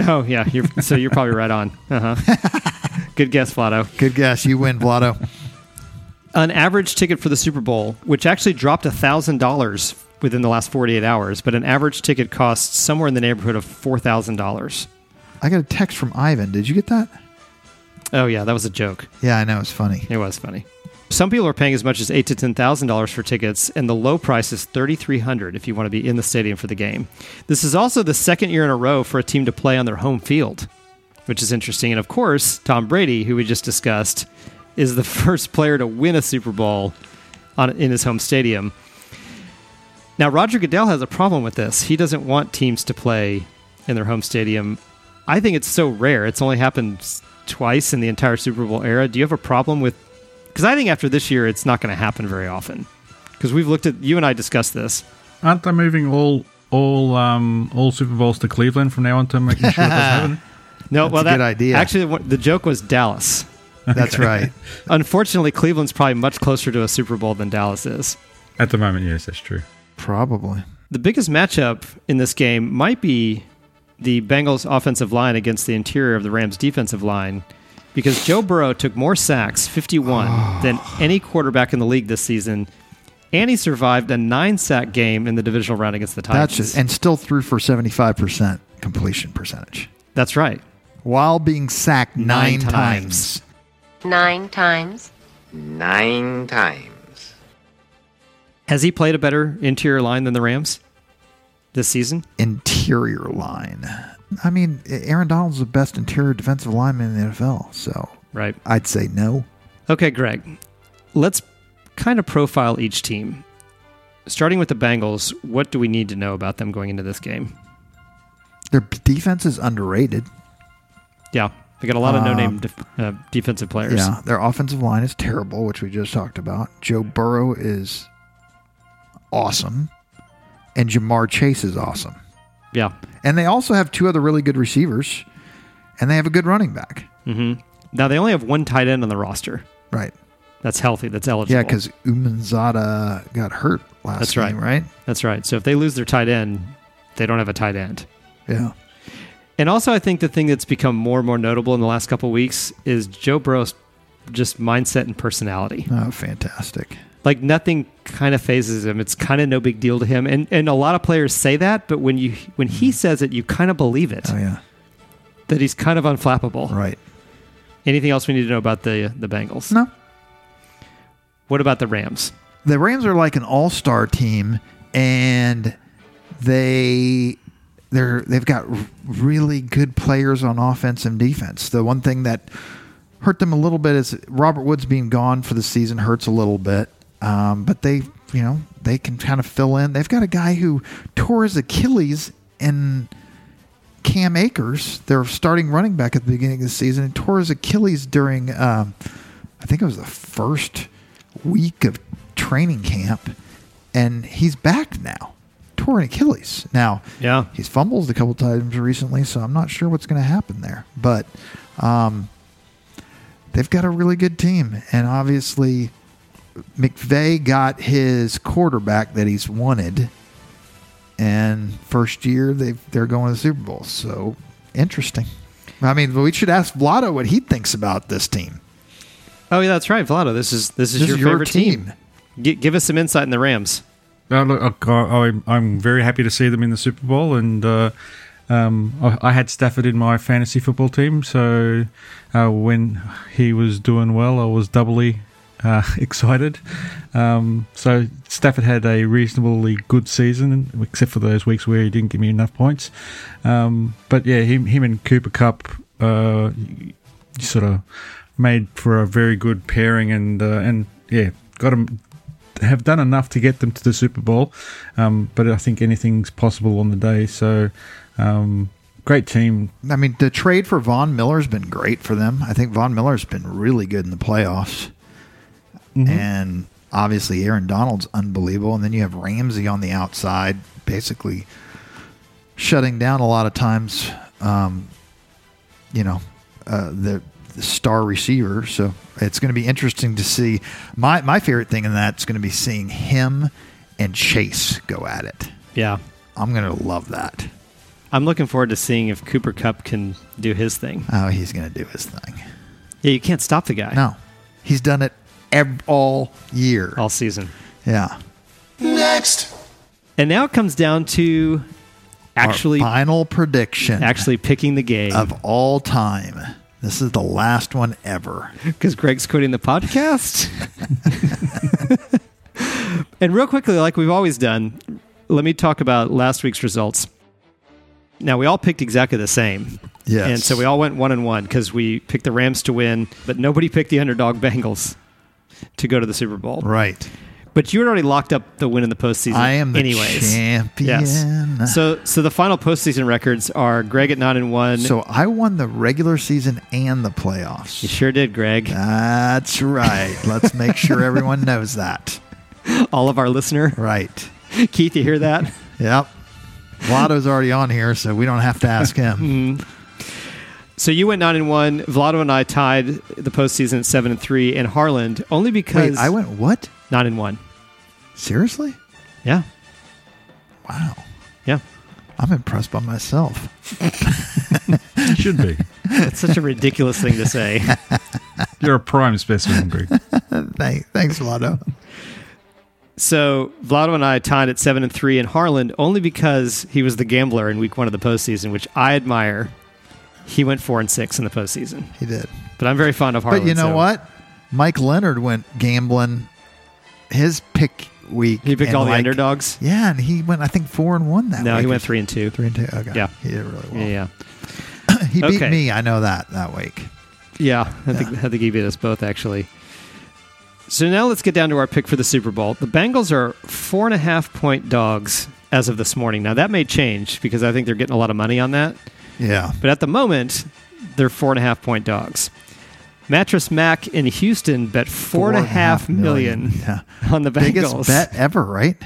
Speaker 2: Oh, yeah. You're, so you're probably right on. Uh huh. Good guess, Flotto.
Speaker 1: Good guess. You win, Vlado.
Speaker 2: An average ticket for the Super Bowl, which actually dropped $1,000 within the last 48 hours, but an average ticket costs somewhere in the neighborhood of $4,000.
Speaker 1: I got a text from Ivan. Did you get that?
Speaker 2: Oh, yeah. That was a joke.
Speaker 1: Yeah, I know. It's funny.
Speaker 2: It was funny. Some people are paying as much as eight to ten thousand dollars for tickets, and the low price is thirty three hundred if you want to be in the stadium for the game. This is also the second year in a row for a team to play on their home field, which is interesting. And of course, Tom Brady, who we just discussed, is the first player to win a Super Bowl on, in his home stadium. Now, Roger Goodell has a problem with this. He doesn't want teams to play in their home stadium. I think it's so rare. It's only happened s- twice in the entire Super Bowl era. Do you have a problem with? Because I think after this year, it's not going to happen very often. Because we've looked at you and I discussed this.
Speaker 3: Aren't they moving all all um, all Super Bowls to Cleveland from now on to making sure it doesn't happen?
Speaker 2: No,
Speaker 1: That's
Speaker 2: well,
Speaker 1: a
Speaker 2: that
Speaker 1: good idea.
Speaker 2: Actually, what- the joke was Dallas.
Speaker 1: That's right.
Speaker 2: Unfortunately, Cleveland's probably much closer to a Super Bowl than Dallas is.
Speaker 3: At the moment, yes, that's true.
Speaker 1: Probably.
Speaker 2: The biggest matchup in this game might be the Bengals' offensive line against the interior of the Rams' defensive line because Joe Burrow took more sacks, 51, than any quarterback in the league this season. And he survived a nine sack game in the divisional round against the Titans.
Speaker 1: That's just, and still threw for 75% completion percentage
Speaker 2: That's right.
Speaker 1: while being sacked nine,
Speaker 2: Nine
Speaker 1: times.
Speaker 2: times.
Speaker 4: nine times,
Speaker 5: nine times.
Speaker 2: Has he played a better interior line than the Rams this season?
Speaker 1: Interior line. I mean, Aaron Donald's the best interior defensive lineman in the NFL. So
Speaker 2: Right.
Speaker 1: I'd say no.
Speaker 2: Okay, Greg, let's kind of profile each team. Starting with the Bengals, what do we need to know about them going into this game?
Speaker 1: Their defense is underrated.
Speaker 2: Yeah, they got a lot of no-name
Speaker 1: Um,
Speaker 2: def- uh, defensive players.
Speaker 1: Yeah, their offensive line is terrible, which we just talked about. Joe Burrow is awesome, and Jamar Chase is awesome.
Speaker 2: Yeah.
Speaker 1: And they also have two other really good receivers, and they have a good running back.
Speaker 2: Mm-hmm. Now they only have one tight end on the roster.
Speaker 1: Right.
Speaker 2: That's healthy. That's eligible.
Speaker 1: Yeah, because Umanzada got hurt last
Speaker 2: That's right.
Speaker 1: game, right?
Speaker 2: that's right. So if they lose their tight end, they don't have a tight end.
Speaker 1: Yeah.
Speaker 2: And also, I think the thing that's become more and more notable in the last couple of weeks is Joe Burrow's just mindset and personality.
Speaker 1: Oh, fantastic.
Speaker 2: Like nothing kind of phases him. It's kind of no big deal to him. And and a lot of players say that, but when you when
Speaker 1: Mm-hmm.
Speaker 2: he says it, you kind of believe it
Speaker 1: Oh, yeah.
Speaker 2: that he's kind of unflappable.
Speaker 1: Right.
Speaker 2: Anything else we need to know about the the Bengals?
Speaker 1: No.
Speaker 2: What about the Rams?
Speaker 1: the Rams are like an all-star team, and they they're they've got r- really good players on offense and defense. The one thing that hurt them a little bit is Robert Woods being gone for the season hurts a little bit, um, but they you know they can kind of fill in. They've got a guy who tore his Achilles and. Cam Akers, their starting running back at the beginning of the season, and tore his Achilles during, um, I think it was the first week of training camp, and he's back now. Torn Achilles. Now,
Speaker 2: Yeah.
Speaker 1: he's fumbled a couple times recently, so I'm not sure what's going to happen there. But um, they've got a really good team, and obviously, McVay got his quarterback that he's wanted and first year they they're going to the Super Bowl. So interesting. I mean, we should ask Vlado what he thinks about this team.
Speaker 2: Oh yeah, that's right, Vlado. This is this is
Speaker 1: This
Speaker 2: your
Speaker 1: is your
Speaker 2: favorite
Speaker 1: team.
Speaker 2: team. Gi- give us some insight in the Rams.
Speaker 3: No, look, I, I- I'm very happy to see them in the Super Bowl, and uh, um, I, I had Stafford in my fantasy football team, so uh, when he was doing well, I was doubly uh, excited. Um, so Stafford had a reasonably good season, except for those weeks where he didn't give me enough points. Um, but yeah, him, him and Cooper Cup uh, sort of made for a very good pairing, and uh, and yeah, got him have done enough to get them to the Super Bowl, um, but I think anything's possible on the day. So, um, great team.
Speaker 1: I mean, the trade for Von Miller's been great for them. I think Von Miller's been really good in the playoffs, and obviously Aaron Donald's unbelievable. And then you have Ramsey on the outside, basically shutting down a lot of times. Um, you know, uh, the, the star receiver. So it's going to be interesting to see. My my favorite thing in that's going to be seeing him and Chase go at it.
Speaker 2: Yeah.
Speaker 1: I'm going to love that.
Speaker 2: I'm looking forward to seeing if Cooper Cup can do his thing.
Speaker 1: Oh, he's going to do his thing.
Speaker 2: Yeah, you can't stop the guy
Speaker 1: No, he's done it ev- all year.
Speaker 2: all season.
Speaker 1: yeah.
Speaker 2: And now it comes down to
Speaker 1: Our
Speaker 2: actually
Speaker 1: final prediction
Speaker 2: actually picking the game
Speaker 1: of all time. This is the last one ever.
Speaker 2: because Greg's quitting the podcast. and real quickly, like we've always done, let me talk about last week's results. Now we all picked exactly the same,
Speaker 1: Yes.
Speaker 2: and so we all went one and one because we picked the Rams to win, but nobody picked the underdog Bengals to go to the Super Bowl.
Speaker 1: right.
Speaker 2: But you had already locked up the win in the postseason.
Speaker 1: I am the
Speaker 2: anyways.
Speaker 1: champion.
Speaker 2: Yes. So so the final postseason records are Greg at nine and one.
Speaker 1: So I won the regular season and the
Speaker 2: you
Speaker 1: playoffs.
Speaker 2: sure did, Greg.
Speaker 1: That's right. Let's make sure everyone knows that.
Speaker 2: All of our listener,
Speaker 1: Right.
Speaker 2: Keith, you hear that?
Speaker 1: Yep. Vlado's already on here, so we don't have to ask
Speaker 2: Mm,
Speaker 1: him.
Speaker 2: So you went nine and one. Vlado and I tied the postseason at seven and three, and Harland only because
Speaker 1: Wait, I went what?
Speaker 2: nine and one.
Speaker 1: Seriously?
Speaker 2: Yeah,
Speaker 1: Wow.
Speaker 2: yeah.
Speaker 1: I'm impressed by myself.
Speaker 3: Should be.
Speaker 2: It's such a ridiculous thing to say.
Speaker 3: You're a prime specimen, Greg.
Speaker 1: Thank, thanks, Vlado.
Speaker 2: So Vlado and I tied at seven and three, and Harland only because he was the gambler in week one of the postseason, which I admire. He went four and six in the postseason,
Speaker 1: He did.
Speaker 2: but I'm very fond of Harland.
Speaker 1: but you know
Speaker 2: so-
Speaker 1: what? Mike Leonard went gambling his pick week.
Speaker 2: He picked
Speaker 1: and,
Speaker 2: all the
Speaker 1: like-
Speaker 2: underdogs.
Speaker 1: Yeah, and he went, I think, four and one that
Speaker 2: No,
Speaker 1: week.
Speaker 2: he
Speaker 1: or
Speaker 2: went three and two.
Speaker 1: Three and two. Okay.
Speaker 2: Yeah.
Speaker 1: He did really well.
Speaker 2: Yeah, yeah,
Speaker 1: he beat
Speaker 2: Okay.
Speaker 1: me. I know that that week.
Speaker 2: yeah. I think I think he beat us both actually. So now let's get down to our pick for the Super Bowl. The Bengals are four and a half point dogs as of this morning. Now that may change because I think they're getting a lot of money on that.
Speaker 1: Yeah.
Speaker 2: But at the moment, they're four and a half point dogs. Mattress Mac in Houston bet four and a half million
Speaker 1: Yeah.
Speaker 2: on the Bengals.
Speaker 1: Biggest bet ever, right?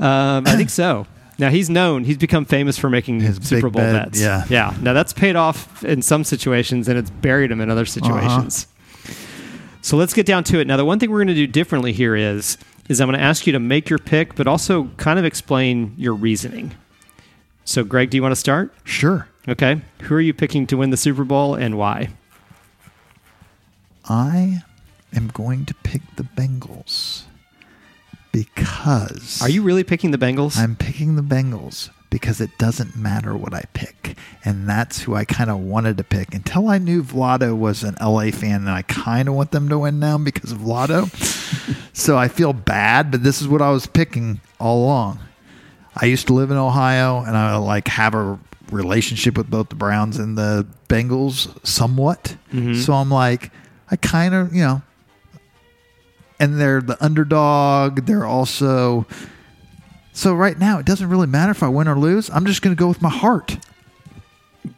Speaker 2: Um, I think so. Now he's known. He's become famous for making
Speaker 1: His
Speaker 2: Super
Speaker 1: big
Speaker 2: Bowl
Speaker 1: bet,
Speaker 2: bets.
Speaker 1: yeah.
Speaker 2: yeah. Now that's paid off in some situations, and it's buried him in
Speaker 1: Uh-huh.
Speaker 2: other situations. So let's get down to it. Now the one thing we're going to do differently here is is I'm going to ask you to make your pick, but also kind of explain your reasoning. So, Greg, do you want to start?
Speaker 1: Sure.
Speaker 2: Okay. Who are you picking to win the Super Bowl and why?
Speaker 1: I am going to pick the Bengals because
Speaker 2: Are you really picking the Bengals?
Speaker 1: I'm picking the Bengals because it doesn't matter what I pick. And that's who I kind of wanted to pick until I knew Vlado was an LA fan and I kind of want them to win now because of Vlado. so I feel bad, but this is what I was picking all along. I used to live in Ohio and I like have a relationship with both the Browns and the Bengals somewhat. So I'm like, I kind of, you know, and they're the underdog. They're also so right now it doesn't really matter if I win or lose. I'm just going to go with my heart.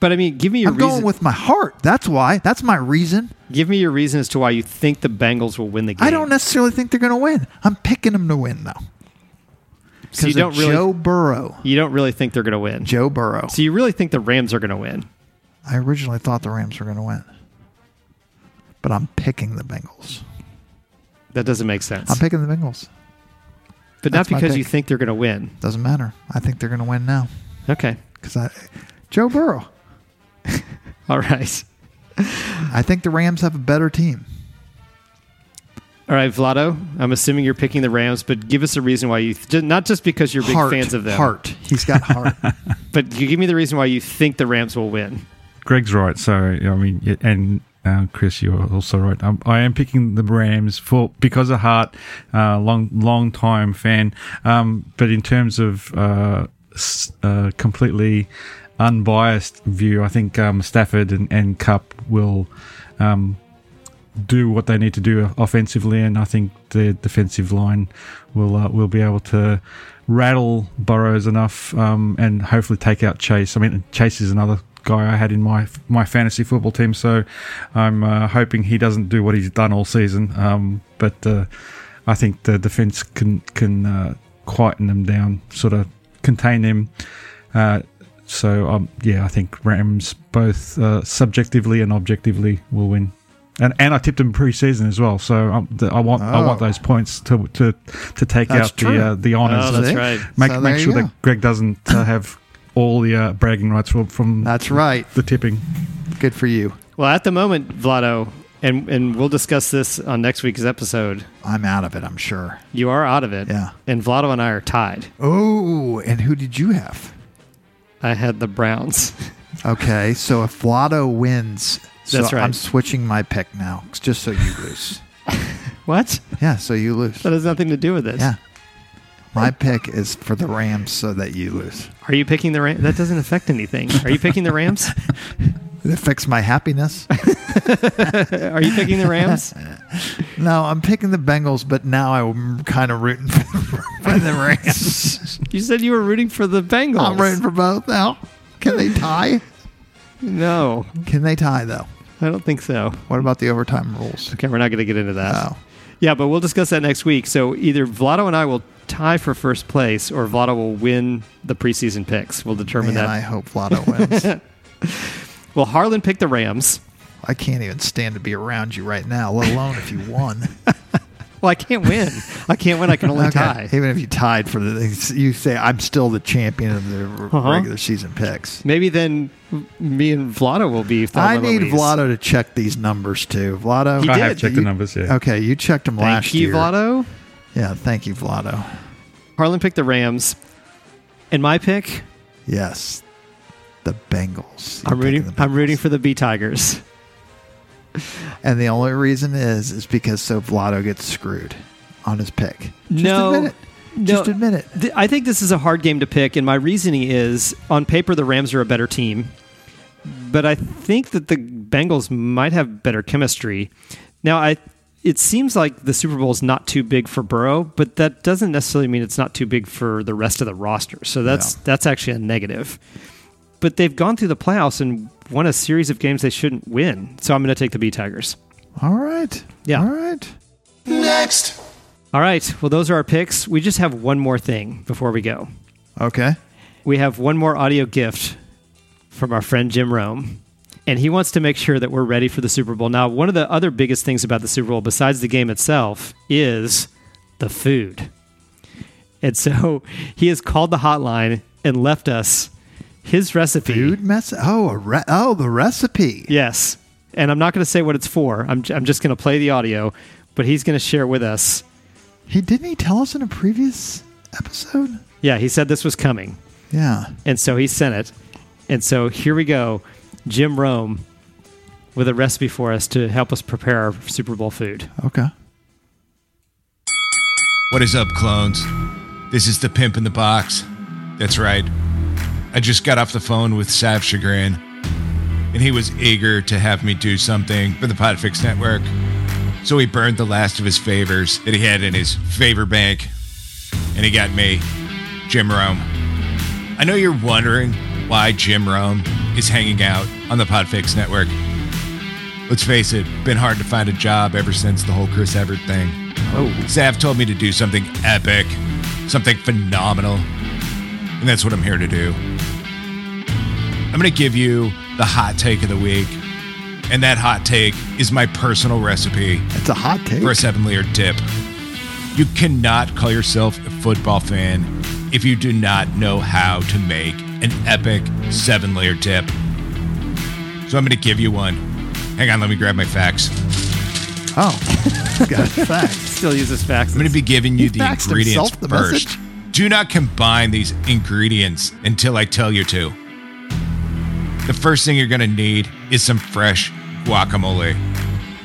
Speaker 2: but I mean, give me your
Speaker 1: I'm
Speaker 2: reason.
Speaker 1: going with my heart. That's why. That's my reason.
Speaker 2: give me your reason as to why you think the Bengals will win the game.
Speaker 1: I don't necessarily think they're going to win. I'm picking them to win though.
Speaker 2: So
Speaker 1: Because
Speaker 2: you don't
Speaker 1: of
Speaker 2: really
Speaker 1: Joe Burrow.
Speaker 2: you don't really think they're going to win.
Speaker 1: Joe Burrow.
Speaker 2: So you really think the Rams are going to win?
Speaker 1: I originally thought the Rams were going to win, but I'm picking the Bengals.
Speaker 2: That doesn't make sense.
Speaker 1: I'm picking the Bengals.
Speaker 2: but not
Speaker 1: that's my
Speaker 2: because you
Speaker 1: pick.
Speaker 2: think they're going to win.
Speaker 1: Doesn't matter. I think they're going to win now
Speaker 2: Okay.
Speaker 1: because I, Joe Burrow.
Speaker 2: All right.
Speaker 1: I think the Rams have a better team.
Speaker 2: All right, Vlado. I'm assuming you're picking the Rams, but give us a reason why you th- not just because you're big
Speaker 1: heart,
Speaker 2: fans of them,
Speaker 1: Heart. He's got heart.
Speaker 2: but you give me the reason why you think the Rams will win.
Speaker 3: Greg's right. So I mean, y- and uh, Chris, you're also right. I'm, I am picking the Rams for because of Hart, uh, long long time fan. Um, but in terms of uh, s- uh, completely unbiased view, I think um, Stafford and, and Cup will. Um, do what they need to do offensively, and I think the defensive line will uh, will be able to rattle Burrows enough, um, and hopefully take out Chase. I mean, Chase is another guy I had in my my fantasy football team, so I'm uh, hoping he doesn't do what he's done all season. Um, but uh, I think the defense can can uh, quieten them down, sort of contain them. Uh, So um, yeah, I think Rams both uh, subjectively and objectively will win. And, and I tipped them pre-season as well, so um, th- I want I want
Speaker 1: Oh.
Speaker 3: those points to to, to take
Speaker 1: That's
Speaker 3: out
Speaker 1: true.
Speaker 3: the uh, the
Speaker 2: Oh,
Speaker 3: honors.
Speaker 2: that's
Speaker 1: See?
Speaker 2: right.
Speaker 3: make
Speaker 1: So
Speaker 3: make
Speaker 1: there
Speaker 3: sure
Speaker 1: you go.
Speaker 3: that Greg doesn't uh, have all the uh, bragging rights from, from
Speaker 1: That's right.
Speaker 3: the tipping.
Speaker 1: Good for you.
Speaker 2: Well, at the moment, Vlado, and and we'll discuss this on next week's episode.
Speaker 1: I'm out of it, I'm sure.
Speaker 2: You are out of it.
Speaker 1: Yeah.
Speaker 2: And Vlado and I are tied.
Speaker 1: Oh, and who did you have?
Speaker 2: I had the Browns.
Speaker 1: Okay, so if Vlado wins, so
Speaker 2: That's right.
Speaker 1: I'm switching my pick now, just so you lose.
Speaker 2: what?
Speaker 1: yeah, so you lose.
Speaker 2: That has nothing to do with this.
Speaker 1: Yeah. My pick is for the Rams so that you lose.
Speaker 2: Are you picking the Rams? That doesn't affect anything. Are you picking the Rams?
Speaker 1: It affects my happiness.
Speaker 2: Are you picking the Rams?
Speaker 1: no, I'm picking the Bengals, but now I'm kind of rooting for, for the Rams.
Speaker 2: You said you were rooting for the Bengals.
Speaker 1: I'm rooting for both now. Can they tie?
Speaker 2: No,
Speaker 1: Can they tie, though?
Speaker 2: I don't think so.
Speaker 1: What about the overtime rules?
Speaker 2: Okay, we're not going to get into that.
Speaker 1: Oh.
Speaker 2: Yeah, but we'll discuss that next week. So either Vlado and I will tie for first place, or Vlado will win the preseason picks. We'll determine
Speaker 1: Oh, Man,
Speaker 2: that.
Speaker 1: I hope Vlado wins.
Speaker 2: Well, Harlan picked the Rams.
Speaker 1: I can't even stand to be around you right now, let alone if you won.
Speaker 2: Well, I can't win. I can't win. I can only tie.
Speaker 1: Even if you tied for the, you say I'm still the champion of the r-
Speaker 2: Uh-huh.
Speaker 1: regular season picks.
Speaker 2: Maybe then me and Vlado will be. Thelma
Speaker 1: I need
Speaker 2: Louise.
Speaker 1: Vlado to check these numbers too. Vlado,
Speaker 2: He
Speaker 3: I
Speaker 2: did.
Speaker 3: have checked
Speaker 1: You-
Speaker 3: the numbers. Yeah.
Speaker 1: Okay, you checked them
Speaker 2: Thank
Speaker 1: last
Speaker 2: you,
Speaker 1: year.
Speaker 2: Vlado.
Speaker 1: Yeah, thank you, Vlado.
Speaker 2: Harlan picked the Rams. And my pick,
Speaker 1: Yes, the Bengals. You're
Speaker 2: I'm rooting.
Speaker 1: picking the
Speaker 2: I'm rooting
Speaker 1: Bengals.
Speaker 2: for the B Tigers.
Speaker 1: And the only reason is is because so Vlado gets screwed on his pick. Just
Speaker 2: No.
Speaker 1: admit it. Just
Speaker 2: No.
Speaker 1: admit it.
Speaker 2: Th- I think this is a hard game to pick, and my reasoning is on paper the Rams are a better team, but I think that the Bengals might have better chemistry. Now, I it seems like the Super Bowl is not too big for Burrow, but that doesn't necessarily mean it's not too big for the rest of the roster. So that's
Speaker 1: Yeah.
Speaker 2: that's actually a negative. But they've gone through the playoffs and won a series of games they shouldn't win. So I'm going to take the B Tigers.
Speaker 1: All right.
Speaker 2: Yeah.
Speaker 1: All right.
Speaker 2: All right. Well, those are our picks. We just have one more thing before we go.
Speaker 1: Okay.
Speaker 2: we have one more audio gift from our friend Jim Rome. And he wants to make sure that we're ready for the Super Bowl. Now, one of the other biggest things about the Super Bowl, besides the game itself, is the food. And so he has called the hotline and left us his recipe.
Speaker 1: Food mess. Oh, a re- oh, the recipe.
Speaker 2: Yes. And I'm not going to say what it's for, I'm, I'm just going to play the audio, but he's going to share it with us.
Speaker 1: He didn't he tell us in a previous episode?
Speaker 2: Yeah, he said this was coming.
Speaker 1: Yeah.
Speaker 2: And so he sent it. And so here we go, Jim Rome with a recipe for us to help us prepare our Super Bowl food.
Speaker 1: Okay.
Speaker 6: What is up, clones? This is the pimp in the box. That's right. I just got off the phone with Sav Chagrin, and he was eager to have me do something for the Podfix Network. So he burned the last of his favors that he had in his favor bank, and he got me, Jim Rome. I know you're wondering why Jim Rome is hanging out on the Podfix Network. Let's face it, been hard to find a job ever since the whole Chris Everett thing. Sav told me to do something epic, something phenomenal. And that's what I'm here to do. I'm going to give you the hot take of the week. And that hot take is my personal recipe
Speaker 1: It's a hot take.
Speaker 6: for a seven layer dip. You cannot call yourself a football fan if you do not know how to make an epic seven layer dip. So I'm going to give you one. Hang on, let me grab my facts.
Speaker 1: Oh. Got facts.
Speaker 2: Still uses facts.
Speaker 6: I'm going to be giving
Speaker 1: He
Speaker 6: you the
Speaker 1: faxed
Speaker 6: ingredients
Speaker 1: himself the
Speaker 6: first.
Speaker 1: message?
Speaker 6: Do not combine these ingredients until I tell you to. The first thing you're going to need is some fresh guacamole.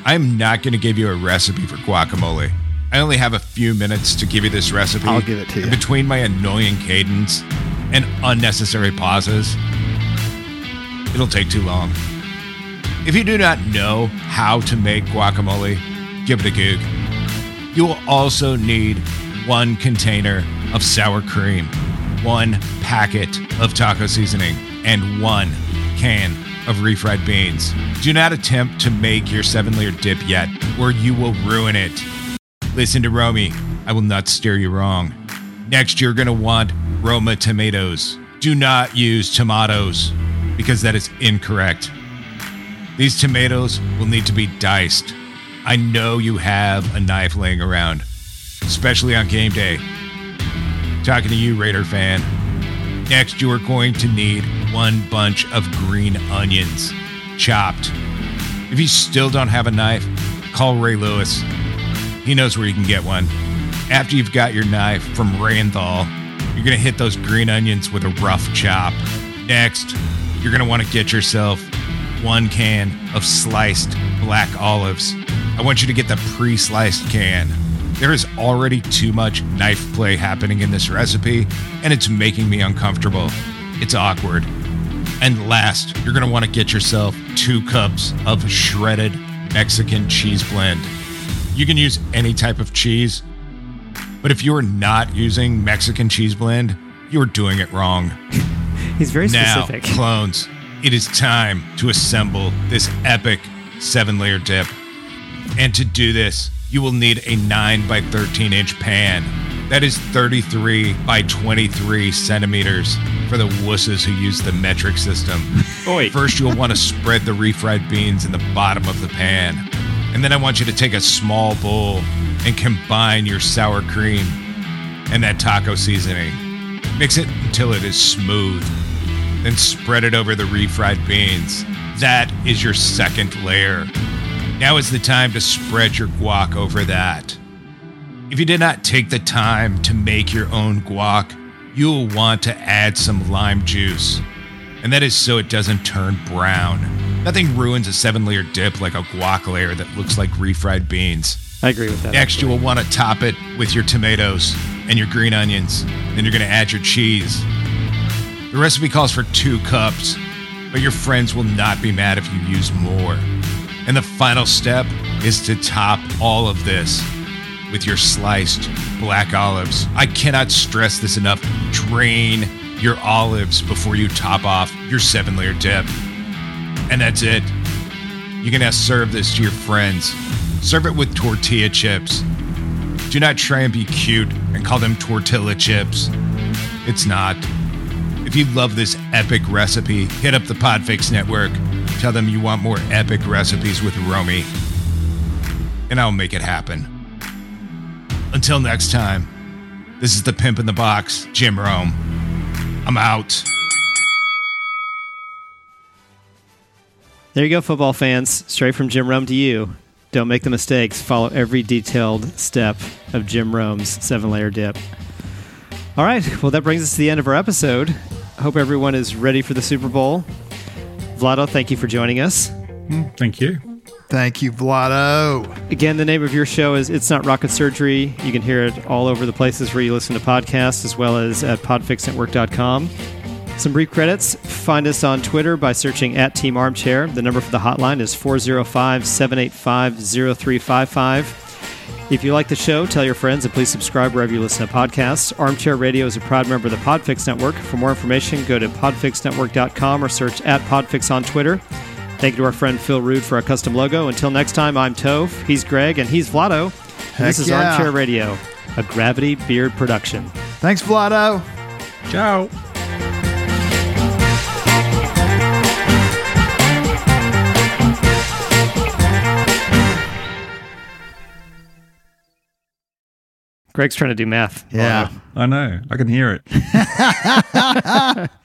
Speaker 6: I'm not going to give you a recipe for guacamole. I only have a few minutes to give you this recipe.
Speaker 1: I'll give it to
Speaker 6: And
Speaker 1: you.
Speaker 6: Between my annoying cadence and unnecessary pauses, it'll take too long. If you do not know how to make guacamole, give it a goog. You will also need one container of sour cream, one packet of taco seasoning, and one can of refried beans. Do not attempt to make your seven layer dip yet, or you will ruin it. Listen to Romy, I will not steer you wrong. Next, you're going to want Roma tomatoes. do not use tomatoes because that is incorrect. These tomatoes will need to be diced. I know you have a knife laying around, especially on game day. Talking to you, Raider fan. Next, you are going to need one bunch of green onions, chopped. If you still don't have a knife, call Ray Lewis. He knows where you can get one. After you've got your knife from Rayenthal, you're going to hit those green onions with a rough chop. Next, you're going to want to get yourself one can of sliced black olives. I want you to get the pre sliced can. There is already too much knife play happening in this recipe, and it's making me uncomfortable. It's awkward. And last, you're going to want to get yourself two cups of shredded Mexican cheese blend. You can use any type of cheese, but if you're not using Mexican cheese blend, you're doing it wrong.
Speaker 2: He's very
Speaker 6: Now,
Speaker 2: specific.
Speaker 6: clones, it is time to assemble this epic seven layer dip. And to do this, you will need a 9 by 13 inch pan. That is 33 by 23 centimeters for the wusses who use the metric system.
Speaker 2: Oi.
Speaker 6: First, you'll want to spread the refried beans in the bottom of the pan. And then I want you to take a small bowl and combine your sour cream and that taco seasoning. Mix it until it is smooth. Then spread it over the refried beans. That is your second layer. Now is the time to spread your guac over that. If you did not take the time to make your own guac, you will want to add some lime juice and that is so it doesn't turn brown. Nothing ruins a seven layer dip like a guac layer that looks like refried beans.
Speaker 2: I agree with that.
Speaker 6: Next, you will want to top it with your tomatoes and your green onions. Then you're going to add your cheese. The recipe calls for two cups, but your friends will not be mad if you use more. And the final step is to top all of this with your sliced black olives. I cannot stress this enough. Drain your olives before you top off your seven layer dip. And that's it. You can now serve this to your friends. Serve it with tortilla chips. Do not try and be cute and call them tortilla chips. It's not. If you love this epic recipe, hit up the Podfix Network. Tell them you want more epic recipes with Romy. And I'll make it happen. Until next time, this is the Pimp in the Box, Jim Rome. I'm out.
Speaker 2: There you go, football fans. Straight from Jim Rome to you. Don't make the mistakes. Follow every detailed step of Jim Rome's seven layer dip. All right. Well, that brings us to the end of our episode. Hope everyone is ready for the Super Bowl. Vlado, thank you for joining us.
Speaker 3: Thank you.
Speaker 1: Thank you, Vlado.
Speaker 2: Again, the name of your show is It's Not Rocket Surgery. You can hear it all over the places where you listen to podcasts, as well as at podfixnetwork.com. Some brief credits. Find us on Twitter by searching at Team Armchair. The number for the hotline is 405 785 0355. If you like the show, tell your friends and please subscribe wherever you listen to podcasts. Armchair Radio is a proud member of the Podfix Network. For more information, go to podfixnetwork.com or search at Podfix on Twitter. Thank you to our friend Phil Rude for our custom logo. Until next time, I'm Tove, he's Greg, and he's Vlado. And
Speaker 1: Heck
Speaker 2: this is
Speaker 1: yeah.
Speaker 2: Armchair Radio, a Gravity Beard production.
Speaker 1: Thanks, Vlado.
Speaker 3: Ciao.
Speaker 2: Greg's trying to do math.
Speaker 1: Yeah.
Speaker 2: Vlado.
Speaker 3: I know. I can hear it.